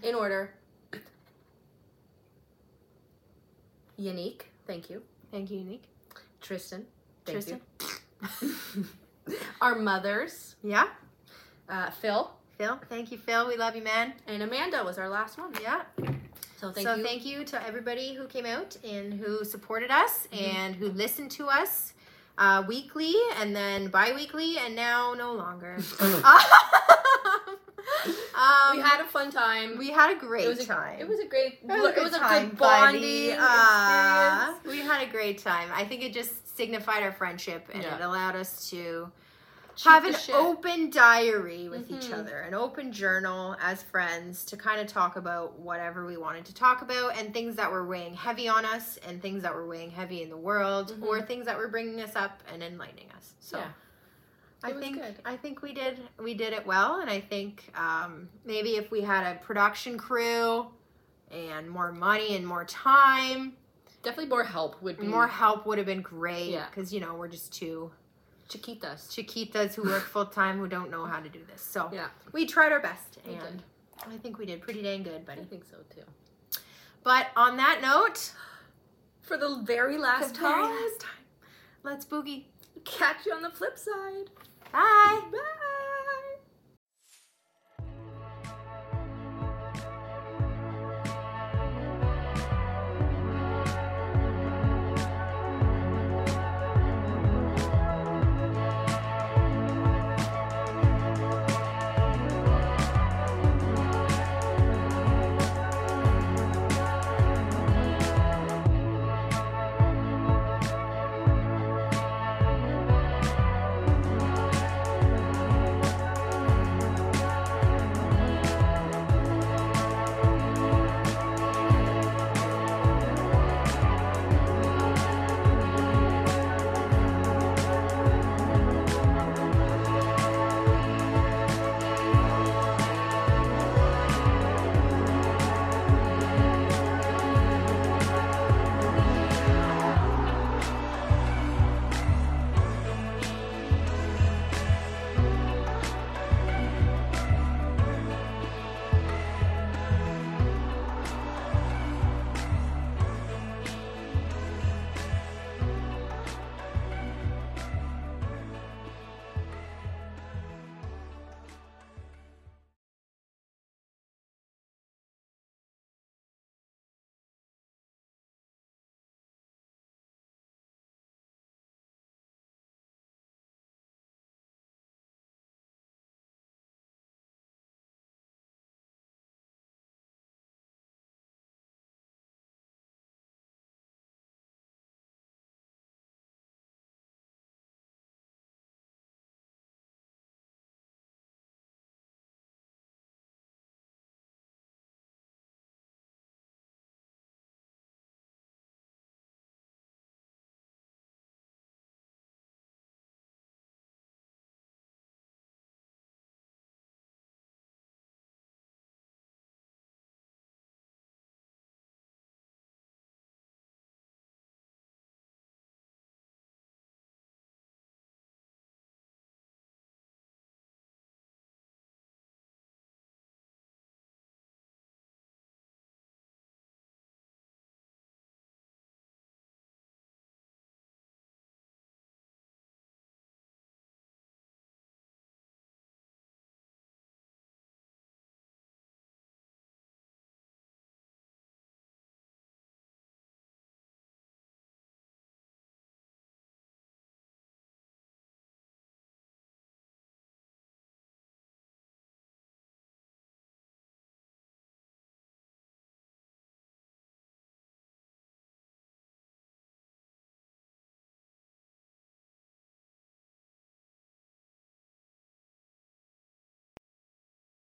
A: in order. Yannick, thank you.
B: Thank you, Unique.
A: Tristan. Thank You. Our mothers,
B: Yeah.
A: uh, Phil
B: Phil. Thank you, Phil. We love you, man.
A: and Amanda was our last one.
B: Yeah.
A: So thank
B: so
A: you.
B: thank you to everybody who came out and who supported us
A: Mm-hmm.
B: and who listened to us uh, weekly and then bi-weekly and now no longer um,
A: we had a fun time.
B: we had a great
A: it was a,
B: time
A: It was a great.
B: It was a
A: it was a
B: time,
A: good
B: buddy.
A: bonding
B: Uh,
A: experience.
B: we had a great time i think it just signified our friendship and
A: Yeah.
B: it allowed us to
A: Shoot
B: have
A: the
B: an
A: shit.
B: open diary with each
A: Mhm.
B: other, an open journal as friends to kind of talk about whatever we wanted to talk about and things that were weighing heavy on us and things that were weighing heavy in the world
A: Mhm.
B: or things that were bringing us up and enlightening us. So
A: Yeah.
B: I
A: It was
B: think
A: good.
B: I think we did we did it well and I think um, maybe if we had a production crew and more money and more time,
A: Definitely more help would be
B: more help would have been great
A: Mm. Yeah.
B: because you know, we're just two
A: Chiquitas.
B: chiquitas who work full time who don't know how to do this. So
A: Yeah.
B: we tried our best,
A: We
B: and
A: did.
B: I think we did pretty dang good,
A: I
B: buddy.
A: think so too.
B: But on that note,
A: For the very last
B: the very
A: time,
B: last time, let's boogie.
A: catch you on the flip side.
B: Bye.
A: Bye.